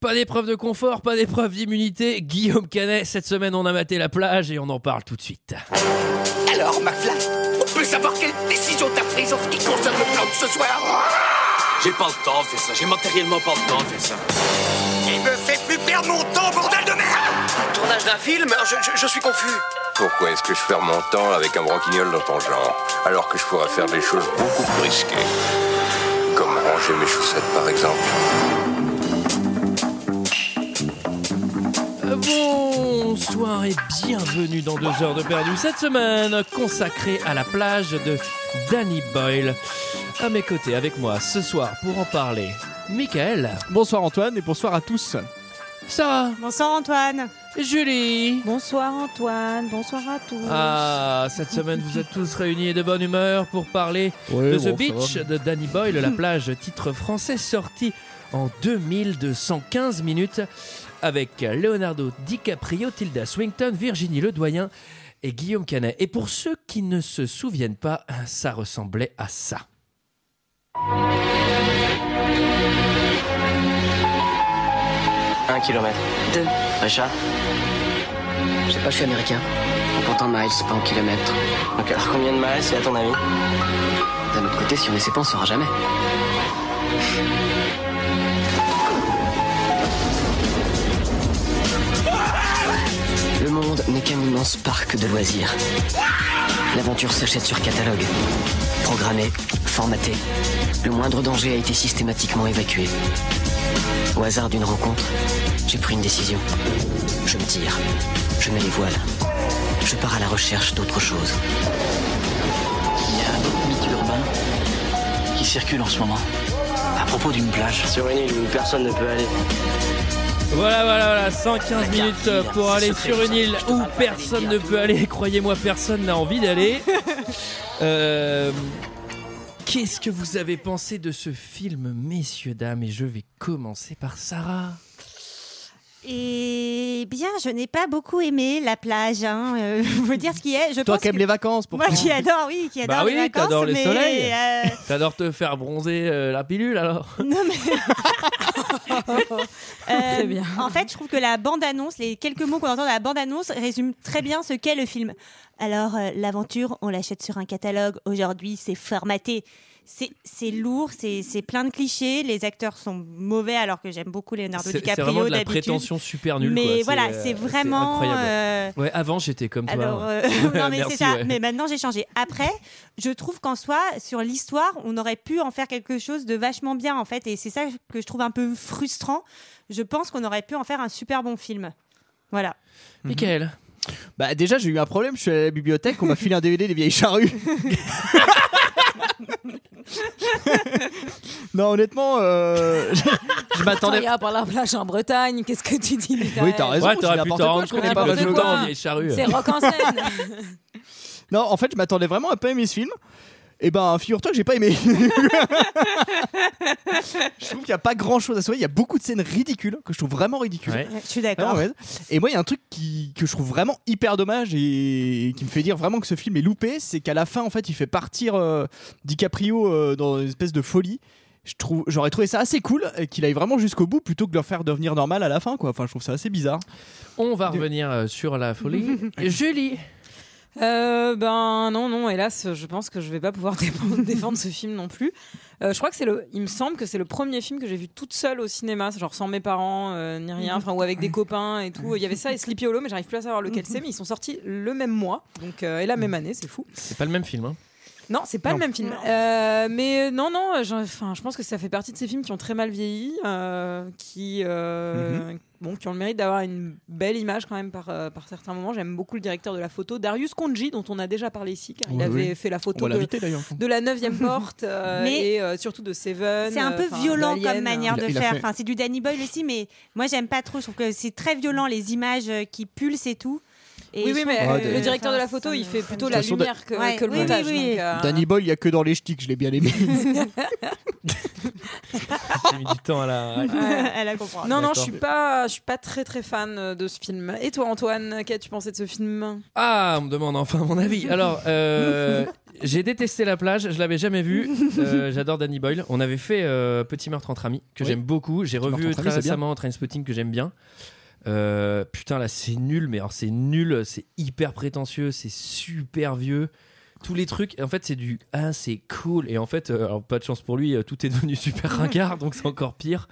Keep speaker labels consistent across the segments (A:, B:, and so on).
A: Pas d'épreuve de confort, pas d'épreuve d'immunité. Guillaume Canet, cette semaine, on a maté la plage et on en parle tout de suite.
B: Alors, McFly, on peut savoir quelle décision t'as prise en ce qui concerne le plan de ce soir
C: J'ai pas le temps de faire ça, j'ai matériellement pas le temps de faire ça.
B: Il me fait plus perdre mon temps, bordel de merde
D: Tournage d'un film je, je- je suis confus.
E: Pourquoi est-ce que je perds mon temps avec un broquignol dans ton genre, alors que je pourrais faire des choses beaucoup plus risquées Comme ranger mes chaussettes, par exemple.
A: Euh, Bonsoir et bienvenue dans 2 heures de perdu. Cette semaine, consacrée à la plage de Danny Boyle. À mes côtés, avec moi, ce soir, pour en parler, Michael,
F: Bonsoir Antoine et bonsoir à tous.
A: Sarah,
G: Bonsoir Antoine.
A: Julie.
G: Bonsoir Antoine, bonsoir à tous.
A: Ah, cette semaine, vous êtes tous réunis et de bonne humeur pour parler de The Beach de Danny Boyle, la plage titre français sorti en 2215 minutes avec Leonardo DiCaprio, Tilda Swinton, Virginie Ledoyen et Guillaume Canet. Et pour ceux qui ne se souviennent pas, ça ressemblait à ça.
D: Un kilomètre.
H: Deux.
D: Richard
H: Je sais pas, je suis américain. En comptant miles, pas en kilomètres.
D: Ok, alors combien de miles c'est à ton avis
H: D'un autre côté, si on essaie pas, on saura jamais. Le monde n'est qu'un immense parc de loisirs. L'aventure s'achète sur catalogue. Programmé, formaté. Le moindre danger a été systématiquement évacué. Au hasard d'une rencontre, j'ai pris une décision. Je me tire. Je mets les voiles. Je pars à la recherche d'autre chose.
D: Il y a beaucoup de mythes urbains qui circulent en ce moment. À propos d'une plage. Sur une île où personne ne peut aller.
A: Voilà, voilà, voilà, 115 minutes pour aller sur une île où personne ne peut aller. Croyez-moi, personne n'a envie d'aller. Euh, Qu'est-ce que vous avez pensé de ce film, messieurs, dames Et je vais commencer par Sarah.
G: Eh bien, je n'ai pas beaucoup aimé la plage. Hein. euh, faut dire ce qui est. Je
F: Toi
G: pense
F: qui aimes
G: que-
F: les vacances pour
G: Moi qui adore, oui, qui adore
A: Bah
G: les
A: oui,
G: vacances.
A: t'adores le
G: mais,
A: soleil.
G: euh,
A: T'adores te faire bronzer euh, la pilule alors
G: Non mais. Euh, En fait, je trouve que la bande-annonce, les quelques mots qu'on entend dans la bande-annonce résument très bien ce qu'est le film. Alors, euh, l'aventure, on l'achète sur un catalogue. Aujourd'hui, c'est formaté. C'est c'est lourd, c'est c'est plein de clichés. Les acteurs sont mauvais, alors que j'aime beaucoup Leonardo
A: C'est c'est
G: DiCaprio
A: vraiment de la
G: d'habitude.
A: prétention super nulle. quoi.
G: Mais voilà,
A: euh,
G: c'est vraiment.
A: incroyable.
G: euh,
A: Ouais, avant j'étais comme toi.
G: alors,
A: hein.
G: euh, non, mais
A: Merci,
G: c'est ça.
A: ouais.
G: Mais maintenant, j'ai changé. Après, je trouve qu'en soi, sur l'histoire, on aurait pu en faire quelque chose de vachement bien, en fait. Et c'est ça que je trouve un peu frustrant. Je pense qu'on aurait pu en faire un super bon film. Voilà.
A: Michael,
F: Bah déjà j'ai eu un problème, je suis allé à la bibliothèque, on m'a filé un DVD des vieilles charrues. non honnêtement, euh, je, je
I: Attends, il
F: m'attendais.
I: y a par la plage en Bretagne, qu'est-ce que tu dis Michael
F: Oui t'as raison.
A: ouais,
F: je
A: t'aurais
F: dis
A: pu
F: n'importe
A: t'en
F: quoi,
A: rendre
F: je connais
A: compte
F: pas
A: un peu
F: votre
A: tout le
I: quoi.
A: temps, vieille charrue.
I: C'est rock en scène.
F: Non en fait je m'attendais vraiment à pas aimer ce film. Et ben figure-toi que j'ai pas aimé. je trouve qu'il y a pas grand chose à sauver, il y a beaucoup de scènes ridicules que je trouve vraiment ridicules.
A: Ouais.
G: Je suis
F: Ah
G: d'accord.
F: ouais. Et moi, il y a un truc qui, que je trouve vraiment hyper dommage et qui me fait dire vraiment que ce film est loupé, c'est qu'à la fin, en fait, il fait partir euh, DiCaprio euh, dans une espèce de folie. Je trouve, j'aurais trouvé ça assez cool euh, qu'il aille vraiment jusqu'au bout plutôt que de le faire devenir normal à la fin, quoi. Enfin, je trouve ça assez bizarre.
A: On va revenir euh, sur la folie. Julie
I: Euh, ben non, non, hélas, je pense que je vais pas pouvoir défendre, défendre ce film non plus. Euh, je crois que c'est le, il me semble que c'est le premier film que j'ai vu toute seule au cinéma, genre sans mes parents euh, ni rien, enfin ou avec des copains et tout. Il y avait ça et Sleepy Hollow, mais j'arrive plus à savoir lequel c'est, mais ils sont sortis le même mois, donc euh, et la même année, c'est fou.
A: C'est pas le même film. Hein.
I: Non, c'est pas
F: Non.
I: le même film. Euh, mais euh, non, non, euh, j'en- enfin, je pense que ça fait partie de ces films qui ont très mal vieilli, euh, qui,
F: Mhm.
I: euh, bon, qui ont le mérite d'avoir une belle image quand même par, euh, par certains moments. J'aime beaucoup le directeur de la photo, Darius Konji, dont on a déjà parlé ici, car il
F: Oui,
I: avait
F: oui.
I: fait la
F: On
I: photo
F: va
I: de,
F: l'inviter d'ailleurs.
I: de la 9 porte euh,
G: Mais
I: et euh, surtout de Seven.
G: C'est un
I: euh,
G: peu
I: enfin, hein.
G: violent
I: d'Alien,
G: comme manière
F: Il a-
G: de
F: il a
G: faire.
F: fait-
G: Enfin, c'est du Danny Boyle aussi, mais moi, j'aime pas trop. Je trouve que c'est très violent, les images euh, qui pulsent et tout.
I: euh.
G: Et
I: Oui,
G: je
I: oui,
G: trouve
I: mais
G: que-
I: euh, le directeur de la
G: enfin,
I: photo,
G: ça
I: il
G: me-
I: fait
G: ça me
I: plutôt
G: gêne.
I: la
F: façon, da-
I: lumière que,
G: Ouais,
I: que le
G: oui, oui,
I: montage.
G: oui.
I: donc,
A: Ah.
I: euh,
F: Danny Boyle, il y a que dans les ch'tis que je l'ai bien aimé.
A: J'ai mis du temps à la. à la-
I: ouais.
G: Elle a compris.
I: Non, non,
A: D'accord.
I: je suis pas, je suis pas très très fan euh, de ce film. Et toi, Antoine, qu'as-tu pensé de ce film
A: Ah, on me demande enfin mon avis. Alors, euh, j'ai détesté la plage, je l'avais jamais vue. Euh, J'adore Danny Boyle. On avait fait euh, Petit meurtre entre amis, que
F: Oui.
A: j'aime beaucoup. J'ai
F: meurtre
A: revu
F: entre
A: très
F: amis, c'est bien.
A: récemment Trainspotting, que j'aime bien. Euh, putain, là, c'est nul, mais alors c'est nul, c'est hyper prétentieux, c'est super vieux. Tous les trucs, en fait, c'est du ah, c'est cool. Et en fait, euh, alors, pas de chance pour lui, euh, tout est devenu super ringard, donc c'est encore pire.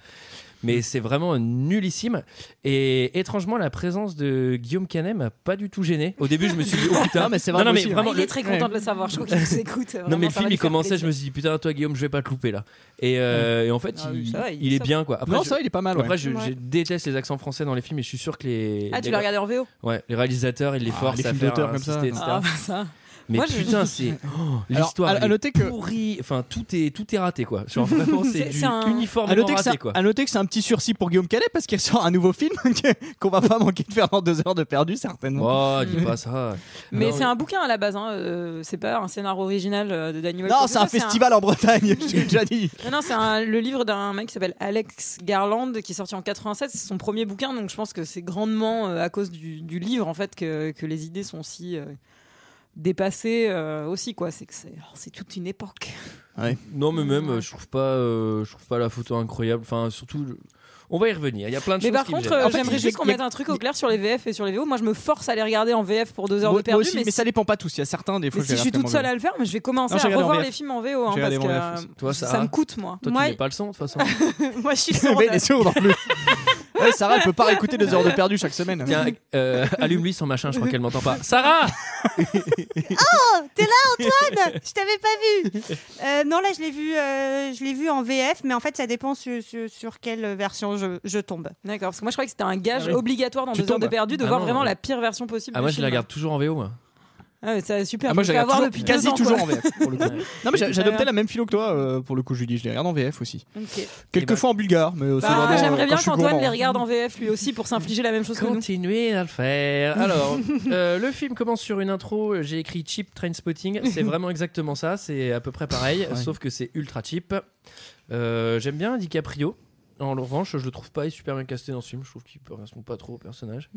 A: Mais c'est vraiment nullissime. Et étrangement, la présence de Guillaume Canet m'a pas du tout gêné. Au début, je me suis dit, oh putain,
F: Non, mais c'est
A: non,
F: vrai,
A: non,
F: moi
A: mais
F: aussi,
A: vraiment,
I: Ah, Il est très content de le savoir. Je crois qu'il nous écoute. euh,
A: non, mais le film, il commençait, je me suis dit, putain, toi, Guillaume, je vais pas te louper là. Et, euh, et en fait,
I: Ah
A: il,
I: oui, ça va, il
A: il est
I: sort.
A: bien, quoi. Après,
F: non,
A: je,
F: ça, va, il est pas mal. ouais.
A: après, je-
I: Ouais.
A: je déteste les accents français dans les films et je suis sûr que les,
I: Ah, tu
A: les-
I: l'as regardé en VO
A: ouais, les réalisateurs, ils les
F: Ah,
A: forcent
F: les
A: à
F: films
A: faire
F: d'auteur comme ça.
A: insister, etc.
I: Ah, bah ça.
A: Mais
I: Moi, je-
A: putain, c'est oh,
F: Alors,
A: l'histoire.
F: à- à
A: elle est
F: noter que-
A: pourrie. enfin, tout est tout est raté, quoi. Genre vraiment, c'est
I: C'est-
A: du
I: c'est un-
A: uniformément
F: À noter, que
A: raté,
F: ça-
A: quoi.
F: à noter que c'est un petit sursis pour Guillaume Canet parce qu'il sort un nouveau film que- qu'on va pas manquer de faire dans deux heures de perdu certainement.
A: Oh, dis pas ça. Non,
I: Mais c'est un bouquin à la base. hein, euh, c'est pas un scénario original euh, de Danny Boyle.
F: non,
I: Quoi que
F: c'est
I: ce
F: un
I: soit,
F: festival en Bretagne, je l'ai déjà dit.
I: Non, non, c'est un- le livre d'un mec qui s'appelle Alex Garland, qui est sorti en 87. C'est son premier bouquin, donc je pense que c'est grandement euh, à cause du, du livre, en fait, que, que les idées sont si euh, dépassées euh, aussi, quoi. C'est que c'est oh, c'est toute une époque.
A: Non, mais même, euh, je trouve pas, euh, je trouve pas la photo incroyable. Enfin, surtout, je- on va y revenir. Il y a plein de
I: Mais
A: choses
I: par
A: qui me
I: contre,
A: gênent.
I: euh,
F: En fait,
I: j'aimerais
F: il-
I: juste qu'on
F: il-
I: mette un truc au clair sur les VF et sur les VO. Moi, je me force à les regarder en VF pour deux heures
F: Moi-
I: de perdu,
F: moi aussi, mais,
I: mais,
F: ça dépend pas tous. Il y a certains des fois.
I: mais
F: je
I: si
F: les
I: je suis
F: regarde
I: toute
F: quand
I: seule
F: même.
I: à le faire, mais je vais commencer
F: Non, j'ai
I: à
F: regardé en
I: revoir
F: VF.
I: les films en VO, hein,
F: J'ai
I: parce
F: regardé
I: que
F: en VF
I: euh,
F: aussi.
A: Toi,
I: ça
A: Sarah
I: me coûte, moi.
A: Toi,
G: Moi-
A: tu n'es pas le son, de toute façon.
G: Moi, je suis
F: Mais
G: sourde.
F: les sourds non plus. Ouais, Sarah, elle peut pas réécouter deux heures de perdu chaque semaine.
A: Tiens, euh, allume-lui son machin, je crois qu'elle m'entend pas. Sarah
G: Oh, t'es là, Antoine Je t'avais pas vu. Euh, non, là, je l'ai vu, euh, je l'ai vu en VF, mais en fait, ça dépend sur, sur- sur quelle version je, je tombe.
I: D'accord, parce que moi je croyais que c'était un gage
F: Ah oui.
I: obligatoire dans
F: Tu
I: deux heures de
F: tombes.
I: perdu de
A: Ah
I: voir
A: non.
I: vraiment la pire version possible.
A: Ah,
I: du
A: moi, je la
I: film.
A: regarde toujours en VO, moi.
I: Ah, mais ça, super.
F: Ah, moi,
I: je
F: je
I: peux
F: regarde
I: avoir
F: toujours-
I: depuis
F: quasi
I: deux ans,
F: toujours
I: quoi.
F: en Vef. Pour le coup. Non, mais j'a- j'adoptais
I: Euh.
F: la même philo que toi. euh, pour le coup, Julie, je les regarde en VF aussi.
I: Ok.
F: Quelquefois en bulgare, mais c'est
I: Bah,
F: vraiment. euh,
I: J'aimerais
F: quand
I: bien
F: je suis
I: qu'Antoine
F: gourmand.
I: les regarde en VF lui aussi pour s'infliger la même chose que nous.
A: Continuez à le faire. Alors, euh, le film commence sur une intro. euh, J'ai écrit cheap train spotting. C'est vraiment exactement ça. C'est à peu près pareil,
F: Ouais.
A: sauf que c'est ultra cheap. Euh, J'aime bien DiCaprio. En revanche, je le trouve pas il est super bien casté dans ce film. Je trouve qu'il ne correspond pas trop au personnage.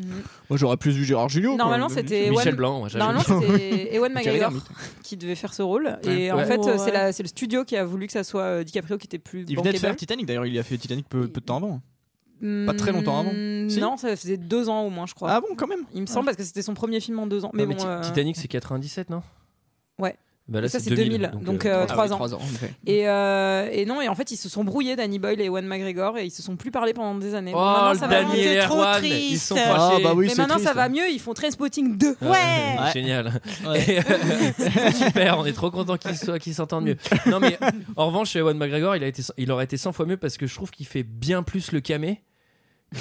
F: Moi, j'aurais plus vu Gérard Julio.
I: Normalement, c'était
A: Michel
I: Ewan-
A: Blanc, ouais, j'avais
I: Normalement, c'était Ewan
F: Jerry
I: McGregor qui devait faire ce rôle. Et
A: Ouais.
I: en
A: Ouais.
I: fait, euh,
G: Ouais.
I: c'est la- c'est le studio qui a voulu que ça soit euh, DiCaprio qui était plus
F: Il venait de faire
I: bankable.
F: Titanic d'ailleurs, il a fait Titanic peu, peu de temps avant.
I: Hmm,
F: pas très longtemps avant. Si.
I: Non, ça faisait deux ans au moins, je crois.
F: Ah bon, quand même
I: Il me semble parce que c'était son premier film en deux ans. Mais
A: Non, Ah, mais
I: bon,
A: Ti-
I: euh,
A: Titanic, c'est 97, non
I: Ouais.
A: Bah là,
I: ça,
A: c'est
I: c'est
A: 2000.
I: 2000, donc,
A: euh,
I: euh,
F: Ah oui,
I: trois ans.
F: en effet.
I: Et, euh, et non, et en fait, ils se sont brouillés, Danny Boyle et Ewan McGregor, et ils se sont plus parlé pendant des années. Bon,
A: Oh,
I: maintenant,
A: le
I: ça va-
A: Danny et
G: c'est trop
A: Erwan,
G: triste.
A: ils sont
G: Ah,
A: fâchés.
F: bah oui,
I: Mais
F: c'est
I: maintenant, ça
F: triste.
I: va mieux, ils font Trainspotting 2.
A: Euh,
G: Ouais.
A: Génial.
F: Ouais.
A: Et, euh, super, on est trop content qu'ils soient- qu'ils s'entendent mieux. Non mais en revanche, Ewan McGregor, il a été, il aurait été 100 fois mieux parce que je trouve qu'il fait bien plus le camé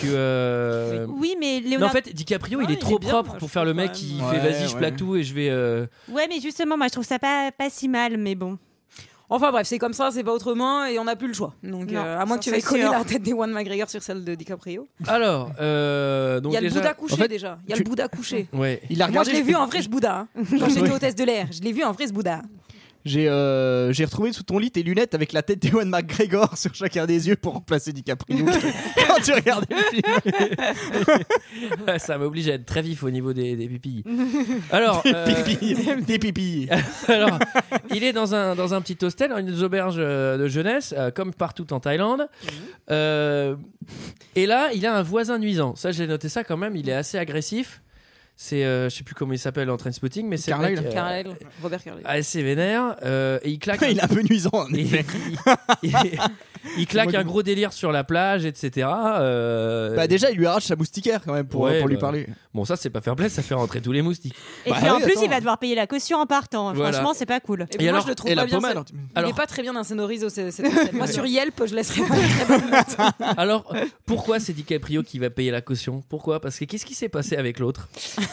A: que. euh,
G: Oui, mais
A: Non, en
G: Léonard.
A: fait, DiCaprio,
I: Ouais,
A: il est
I: il
A: trop
I: est bien,
A: propre
I: moi,
A: pour
I: je
A: faire le
I: trouve
A: mec
I: quand
A: qui
F: même.
A: fait
F: Ouais,
A: vas-y, je
F: ouais.
A: plaque tout et je vais. euh,
G: Ouais, mais justement, moi, je trouve ça pas, pas si mal, mais bon.
I: Enfin bref, c'est comme ça, c'est pas autrement, et on n'a plus le choix. Donc,
G: Non,
I: euh, à moins
G: ça,
I: que tu veuilles
G: c'est
I: coller
G: sûr.
I: la tête d'Ewan McGregor sur celle de DiCaprio.
A: Alors, euh, donc
I: il y a le
A: déjà-
I: Bouddha couché
F: en fait,
I: déjà. Il y a
F: tu-
I: le Bouddha couché.
A: Ouais.
F: Il a
I: Moi,
F: regardé.
I: je l'ai vu en vrai, ce Bouddha. hein. Quand
F: Oui.
I: j'étais hôtesse de l'air, je l'ai vu en vrai, ce Bouddha.
F: J'ai euh, j'ai retrouvé sous ton lit tes lunettes avec la tête d'Ewan McGregor sur chacun des yeux pour remplacer DiCaprio quand tu regardais le film.
A: Ça m'oblige à être très vif au niveau des, des pipilles. Alors, euh,
F: Pipi, des pipis.
A: Alors, il est dans un, dans un petit hostel, dans une auberge euh, de jeunesse, euh, comme partout en Thaïlande.
I: Mhm.
A: Euh, et là, il a un voisin nuisant. Ça, j'ai noté ça quand même. Il est assez agressif. C'est, euh, je sais plus comment il s'appelle en train spotting, mais c'est le mec,
F: Carlyle.
A: euh,
I: Carlyle, Robert Carlyle.
A: assez vénère. euh, et il claque.
F: Il est un peu nuisant en
A: Et-
F: effet.
A: il- il- il claque
F: Moi,
A: un
F: je-
A: gros délire sur la plage, etc. euh,
F: Bah déjà, il lui arrache sa moustiquaire quand même pour,
A: Ouais,
F: pour lui
A: bah.
F: parler.
A: Bon, ça, c'est pas fair play, ça fait rentrer tous les moustiques.
G: Et
F: Bah
G: puis en
F: oui,
G: plus,
F: attends.
G: il va devoir payer la caution en partant.
A: Voilà.
G: Franchement, c'est pas cool.
I: Et, puis
A: Et
I: moi,
A: alors-
I: je le trouve
F: Et
I: pas
F: la
I: bien.
F: pommade.
I: scén- Il
A: Alors-
I: n'est pas très bien insonorisé, c'est- c'est- c'est- moi sur Yelp, je laisserai pas très bonne note.
A: Alors, pourquoi c'est DiCaprio qui va payer la caution Pourquoi Parce que qu'est-ce qui s'est passé avec l'autre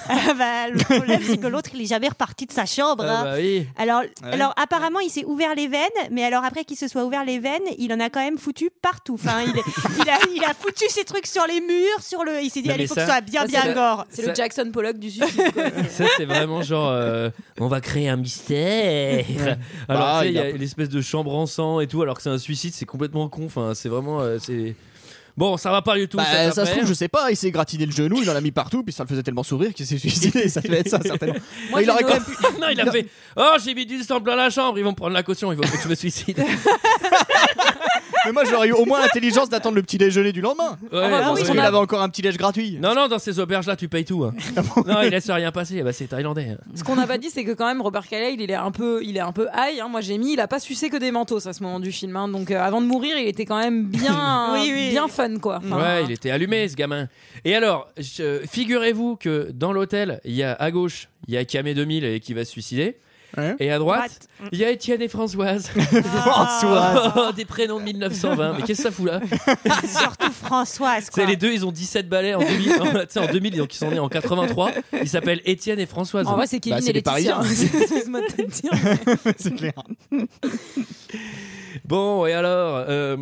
G: Ah bah, le problème, c'est que l'autre, il est jamais reparti de sa chambre. hein.
A: Ah bah oui.
G: Alors,
F: ouais.
G: alors apparemment, il s'est ouvert les veines, mais alors après qu'il se soit ouvert les veines, il en a quand quand même foutu partout. Enfin, il, est- il a, il a foutu ses trucs sur les murs, sur le. Il s'est dit,
A: Non,
G: allez,
A: mais
G: faut
A: ça-
G: que ce soit bien,
I: ça,
G: bien
I: c'est
G: gore.
I: C'est le
A: Ça-
I: Jackson Pollock du suicide. quoi.
A: Ça, c'est vraiment genre, euh, on va créer un mystère. Alors, tu
F: Bah,
A: sais, Ah, il
F: il
A: y
F: a-
A: a l'espèce de chambre en sang et tout, alors que c'est un suicide, c'est complètement con. Enfin, c'est vraiment. euh, c'est... Bon, ça va pas du tout.
F: Bah,
A: cette
F: ça se
A: affaire.
F: trouve, je sais pas, il s'est gratiné le genou, il en a mis partout, puis ça le faisait tellement sourire qu'il s'est suicidé. ça devait être ça, certainement.
I: Moi,
F: il
I: j'ai
F: aurait
I: noté-
F: quand même pu.
A: Non, il a fait Oh, j'ai mis du sang plein la chambre, ils vont me prendre la caution, il faut que je me suicide.
F: Mais moi, j'aurais eu au moins l'intelligence d'attendre le petit déjeuner du lendemain.
A: Ouais,
I: bah
A: bon,
I: oui,
A: c'est-
F: Parce qu'on
I: on a-
F: avait encore un petit déj gratuit.
A: Non, non, dans ces auberges-là, tu payes tout. hein. non, il laisse rien passer. Eh ben, c'est thaïlandais. hein.
I: Ce qu'on n'a pas dit, c'est que quand même Robert Calais, il est un peu, il est un peu high. hein. Moi, j'ai mis, il a pas sucé que des mentos à ce moment du film. hein. Donc, euh, avant de mourir, il était quand même bien,
G: Oui, oui.
I: bien fun, quoi. Enfin,
G: Ah.
A: Ouais, il était allumé, ce gamin. Et alors, je- figurez-vous que dans l'hôtel, il y a à gauche, il y a Camé 2000 et qui va se suicider.
F: Ouais.
A: Et à droite, il y a Étienne et Françoise.
I: Ah.
F: Françoise.
A: Oh, des prénoms de 1920. Mais qu'est-ce que ça fout là Ah.
G: Surtout Françoise,
A: C'est
G: quoi.
A: les deux, ils ont 17 balais en 2000. en, tu sais, en 2000, donc ils sont nés en 83. Ils s'appellent Étienne et Françoise.
I: En vrai, c'est Kevin
F: Bah, c'est
I: et
F: des
I: Laetitia. hein.
F: Parisiens.
I: Excuse-moi de te le dire.
F: C'est clair.
I: Bah,
A: Bon, et alors euh,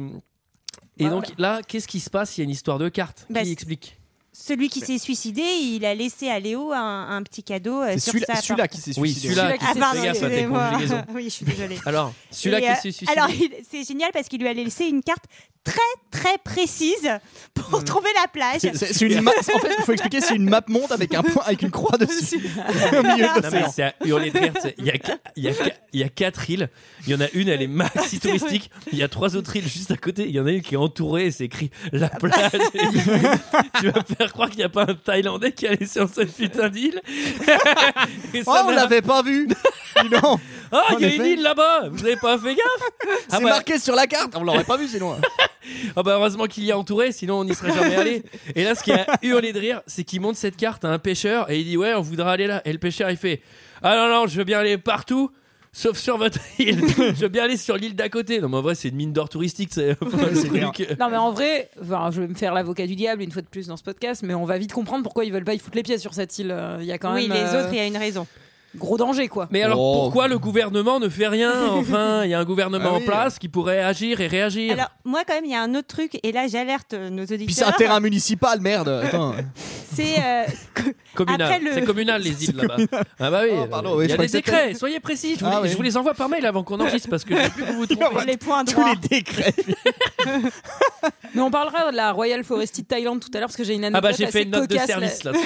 A: Et donc là, qu'est-ce qui se passe Il y a une histoire de cartes.
G: Bah,
A: qui
G: c'est-
A: explique
G: Celui qui s'est suicidé, il a laissé à Léo un, un petit cadeau euh,
F: C'est
G: sur
F: celui-là
G: sa
F: celui-là qui s'est
A: Oui,
F: suicidé.
A: celui-là
I: Celui-là
A: qui
G: Ah
A: s'est
G: pardon,
A: fait gaffe à tes
G: excusez-moi.
A: conjugaisons.
G: Oui, je suis désolée.
A: Alors, celui-là
G: Et,
A: qui
G: euh,
A: s'est suicidé.
G: Alors, il- c'est génial parce qu'il lui a laissé une carte très très précise
A: Hmm.
G: pour trouver la plage.
F: C'est- c'est- c'est une ma- En fait, il faut expliquer, c'est une map monde avec un point, avec une croix dessus au milieu de
A: Non, mais
F: l'océan.
A: c'est à hurler de rire, tu sais. Il y, a, qu- il, y a, qu- il y a quatre îles. Il y en a une, elle est maxi touristique. Il y a trois autres îles juste à côté. Il y en a une qui est entourée et c'est écrit la plage. Et tu vas me faire croire qu'il n'y a pas un Thaïlandais qui est allé sur cette putain d'île. Et
F: Oh,
A: ça
F: on
A: m'a-
F: l'avait pas vu Dis donc,
A: Ah, il y a
F: en
A: une
F: effet.
A: île là-bas. Vous n'avez pas fait gaffe
F: C'est
A: bah-
F: marqué sur la carte Ah On l'aurait pas vu sinon
A: Ah bah heureusement qu'il y a entouré, sinon on n'y serait jamais allé. Et là, ce qui a hurlé de rire, c'est qu'il monte cette carte à un pêcheur et il dit ouais, on voudra aller là. Et le pêcheur il fait ah non non, je veux bien aller partout. Sauf sur votre île. Je veux bien aller sur l'île d'à côté. Non, mais en vrai, c'est une mine d'or touristique. C'est
F: C'est clair.
I: Non, mais en vrai, enfin, je vais me faire l'avocat du diable une fois de plus dans ce podcast, mais on va vite comprendre pourquoi ils veulent pas y foutre les pieds sur cette île. Euh, Il y a quand
G: oui,
I: même
G: les
I: euh,
G: autres, il y a une raison.
I: gros danger, quoi.
A: Mais alors,
F: Oh.
A: pourquoi le gouvernement ne fait rien Enfin, il y a un gouvernement
F: Ah
A: en
F: oui.
A: place qui pourrait agir et réagir.
G: Alors, moi, quand même, il y a un autre truc, et là, j'alerte euh, nos auditeurs.
F: Puis c'est un terrain municipal, merde Attends.
G: C'est, euh,
A: communal.
G: après le-
A: C'est communal, les îles là-bas. Ah bah oui.
F: Oh, pardon,
A: il
F: oui,
A: y
F: je
A: a
F: crois
A: des
F: que c'était-
A: décrets. Soyez précis. Je vous,
F: Ah
A: les,
F: oui.
A: je vous les envoie par mail avant qu'on enregistre parce que je sais plus que vous vous trompez.
G: les points
F: Tous
G: droits.
F: les décrets
I: Mais on parlera de la Royal Forestry de Thaïlande tout à l'heure, parce que j'ai une
A: Ah
I: anecdote
A: bah j'ai
I: assez
A: fait une note de
I: cocasse
A: service
I: là-
A: là.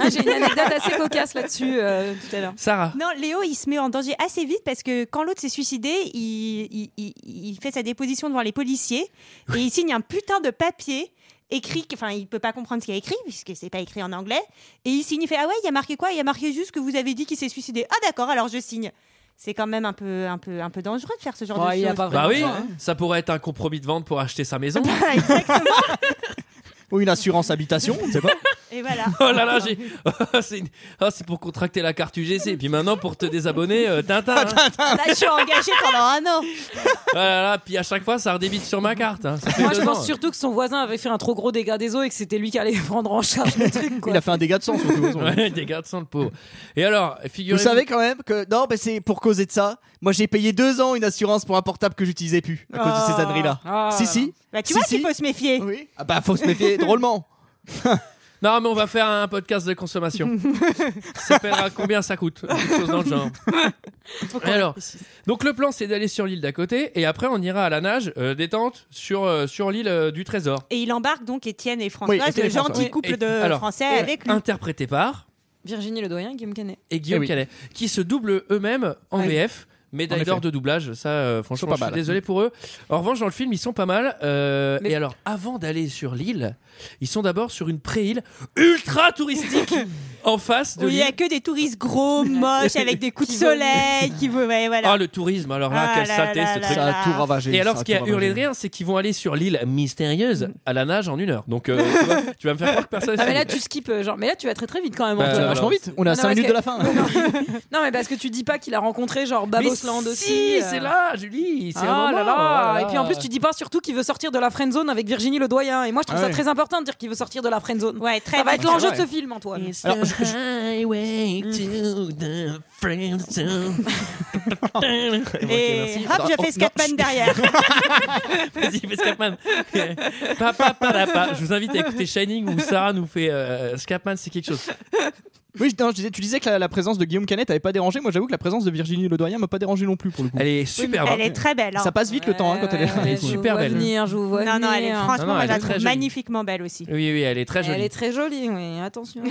I: Ah, j'ai une anecdote assez cocasse là-dessus euh, tout à l'heure.
A: Sarah.
G: Non, Léo, il se met en danger assez vite parce que quand l'autre s'est suicidé, il, il- il- il fait sa déposition devant les policiers et il signe un putain de papier écrit, enfin, il peut pas comprendre ce qu'il y a écrit puisque c'est pas écrit en anglais. Et il signe, il fait Ah ouais, il y a marqué quoi Il y a marqué juste que vous avez dit qu'il s'est suicidé. Ah d'accord, alors je signe. C'est quand même un peu, un, peu, un peu dangereux de faire ce genre
I: Bon,
G: de
I: il a
G: choses.
I: pas vraiment
A: Bah oui,
I: le choix, hein.
A: ça pourrait être un compromis de vente pour acheter sa maison.
G: Ah, Bah, Exactement.
F: Ou une assurance habitation, on sait pas.
G: Et voilà.
A: Oh là là, j'ai. c'est une- ah, c'est pour contracter la carte UGC. Et puis maintenant, pour te désabonner, euh, Tintin. hein.
G: Là, je suis engagée pendant un an.
A: Ah là là, puis à chaque fois, ça redébite sur ma carte. hein. Ça fait
I: Moi, je
A: deux ans.
I: pense surtout que son voisin avait fait un trop gros dégât des eaux et que c'était lui qui allait prendre en charge le truc. Quoi.
F: Il a fait un dégât de sang surtout. de toute façon.
A: Ouais, des gardes sans le pauvre. Et alors,
F: Vous
A: figurez-vous.
F: savez quand même que non, mais c'est pour causer de ça. Moi, j'ai payé deux ans une assurance pour un portable que j'utilisais plus à cause de ces
G: Ah.
F: âneries-là.
I: Ah.
F: Si si.
G: Bah, tu
F: Si,
G: vois
F: si.
G: qu'il faut se méfier.
F: Oui. Ah bah faut se méfier drôlement.
A: Non, mais on va faire un podcast de consommation. ça s'appellera Combien ça coûte Quelque chose dans le genre. Et alors, donc le plan, c'est d'aller sur l'île d'à côté. Et après, on ira à la nage, euh, détente, sur, euh, sur l'île euh, du Trésor.
G: Et il embarque donc Étienne et Françoise,
F: Oui, Étienne
G: le
F: et Françoise.
G: gentil couple
A: Et-
G: de
A: alors,
G: Français
A: et-
G: avec lui.
A: Interprété par.
I: Virginie Le Doyen, Guillaume Canet.
A: et Guillaume
F: Eh oui.
A: Canet, qui se doublent eux-mêmes en
I: Ouais.
A: VF.
F: En
A: Médaille
F: effet.
A: d'or de doublage, ça, euh, franchement,
F: pas
A: je suis
F: mal.
A: désolé pour eux. En revanche, dans le film, ils sont pas mal. euh,
I: Mais-
A: Et alors, avant d'aller sur l'île, ils sont d'abord sur une pré-île ultra touristique en face de
G: Où il n'y a
A: l'île.
G: que des touristes gros, moches, avec des coups de
I: Qui volent.
G: soleil, qui veulent. ouais, voilà.
A: Ah, le tourisme, alors là,
G: Ah
A: quelle
G: là
A: saleté
G: là
A: ce
G: là
A: truc.
G: là.
F: Ça a tout ravagé.
A: Et
F: ça
A: alors,
F: a
A: ce
F: tout
A: qui a hurlé
F: ravagé.
A: de rire, c'est qu'ils vont aller sur l'île mystérieuse à la nage en une heure. Donc, euh, tu, vois, tu vas me faire croire que personne.
I: Mm. Ah, mais là, tu skippes. euh, Genre, mais là, tu vas très très vite quand même.
A: Bah,
F: Ça va
I: Antoine.
A: alors-
F: vachement vite. On est
I: Non,
F: à
I: non,
F: 5 minutes de la
I: parce
F: fin.
I: Non, mais parce que tu dis pas qu'il a rencontré genre
A: Mais
I: Babos Island aussi.
A: Si,
I: euh.
A: c'est là, Julie. C'est
I: Ah
A: un
I: là
A: moment, oh
I: là.
A: voilà.
I: Et puis en plus, tu dis pas surtout qu'il veut sortir de la friend zone avec Virginie Le Doyen. Et moi, je trouve
F: Ah
I: ça
F: ouais.
I: très important de dire qu'il veut sortir de la friend zone.
G: Ouais, très
I: Ça va
G: bien.
I: être l'enjeu de
F: vrai.
I: ce film, Antoine.
A: It's
F: Alors,
A: the highway to the friend zone.
G: Et
F: merci.
G: hop, je fais Scatman derrière.
A: Vas-y, fais Scapman. Pa, pa, pa, la, pa. Je vous invite à écouter Shining où Sarah nous fait euh, Scapman, c'est quelque chose.
F: Oui, je- non, je disais, tu disais que la, la présence de Guillaume Canet t'avait pas dérangé. Moi, j'avoue que la présence de Virginie Le Doyen m'a pas dérangé non plus pour le coup.
A: Elle est super bonne.
G: Elle est très belle. hein.
F: Ça passe vite le temps hein, quand elle est.
A: ouais.
F: là.
A: est super belle.
I: Venir, je vous Euh, vois
G: Non, non, elle est
I: venir.
G: franchement,
A: Non, non,
G: moi,
A: elle
G: je la
A: est très
G: trouve
A: jolie.
G: magnifiquement belle aussi.
A: Oui, oui, elle est très
I: Elle
A: jolie.
I: est très jolie, oui, attention.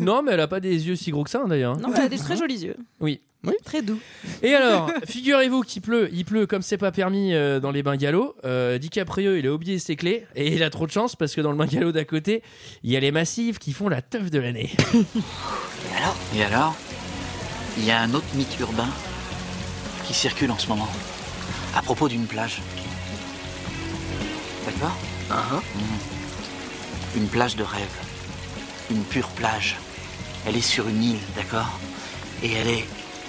A: Non, mais elle a pas des yeux si gros que ça hein, d'ailleurs.
I: non, mais elle a des très jolis yeux.
A: Oui.
I: Très doux.
A: Et alors, figurez-vous qu'il pleut, il pleut comme c'est pas permis euh, dans les bungalows. Euh, DiCaprio, il a oublié ses clés et il a trop de chance parce que dans le bungalow d'à côté, il y a les massifs qui font la teuf de l'année.
D: Alors Et alors Il y a un autre mythe urbain qui circule en ce moment, à propos d'une plage. D'accord Uh-huh. Mhm. Une plage de rêve. Une pure plage. Elle est sur une île, d'accord Et elle est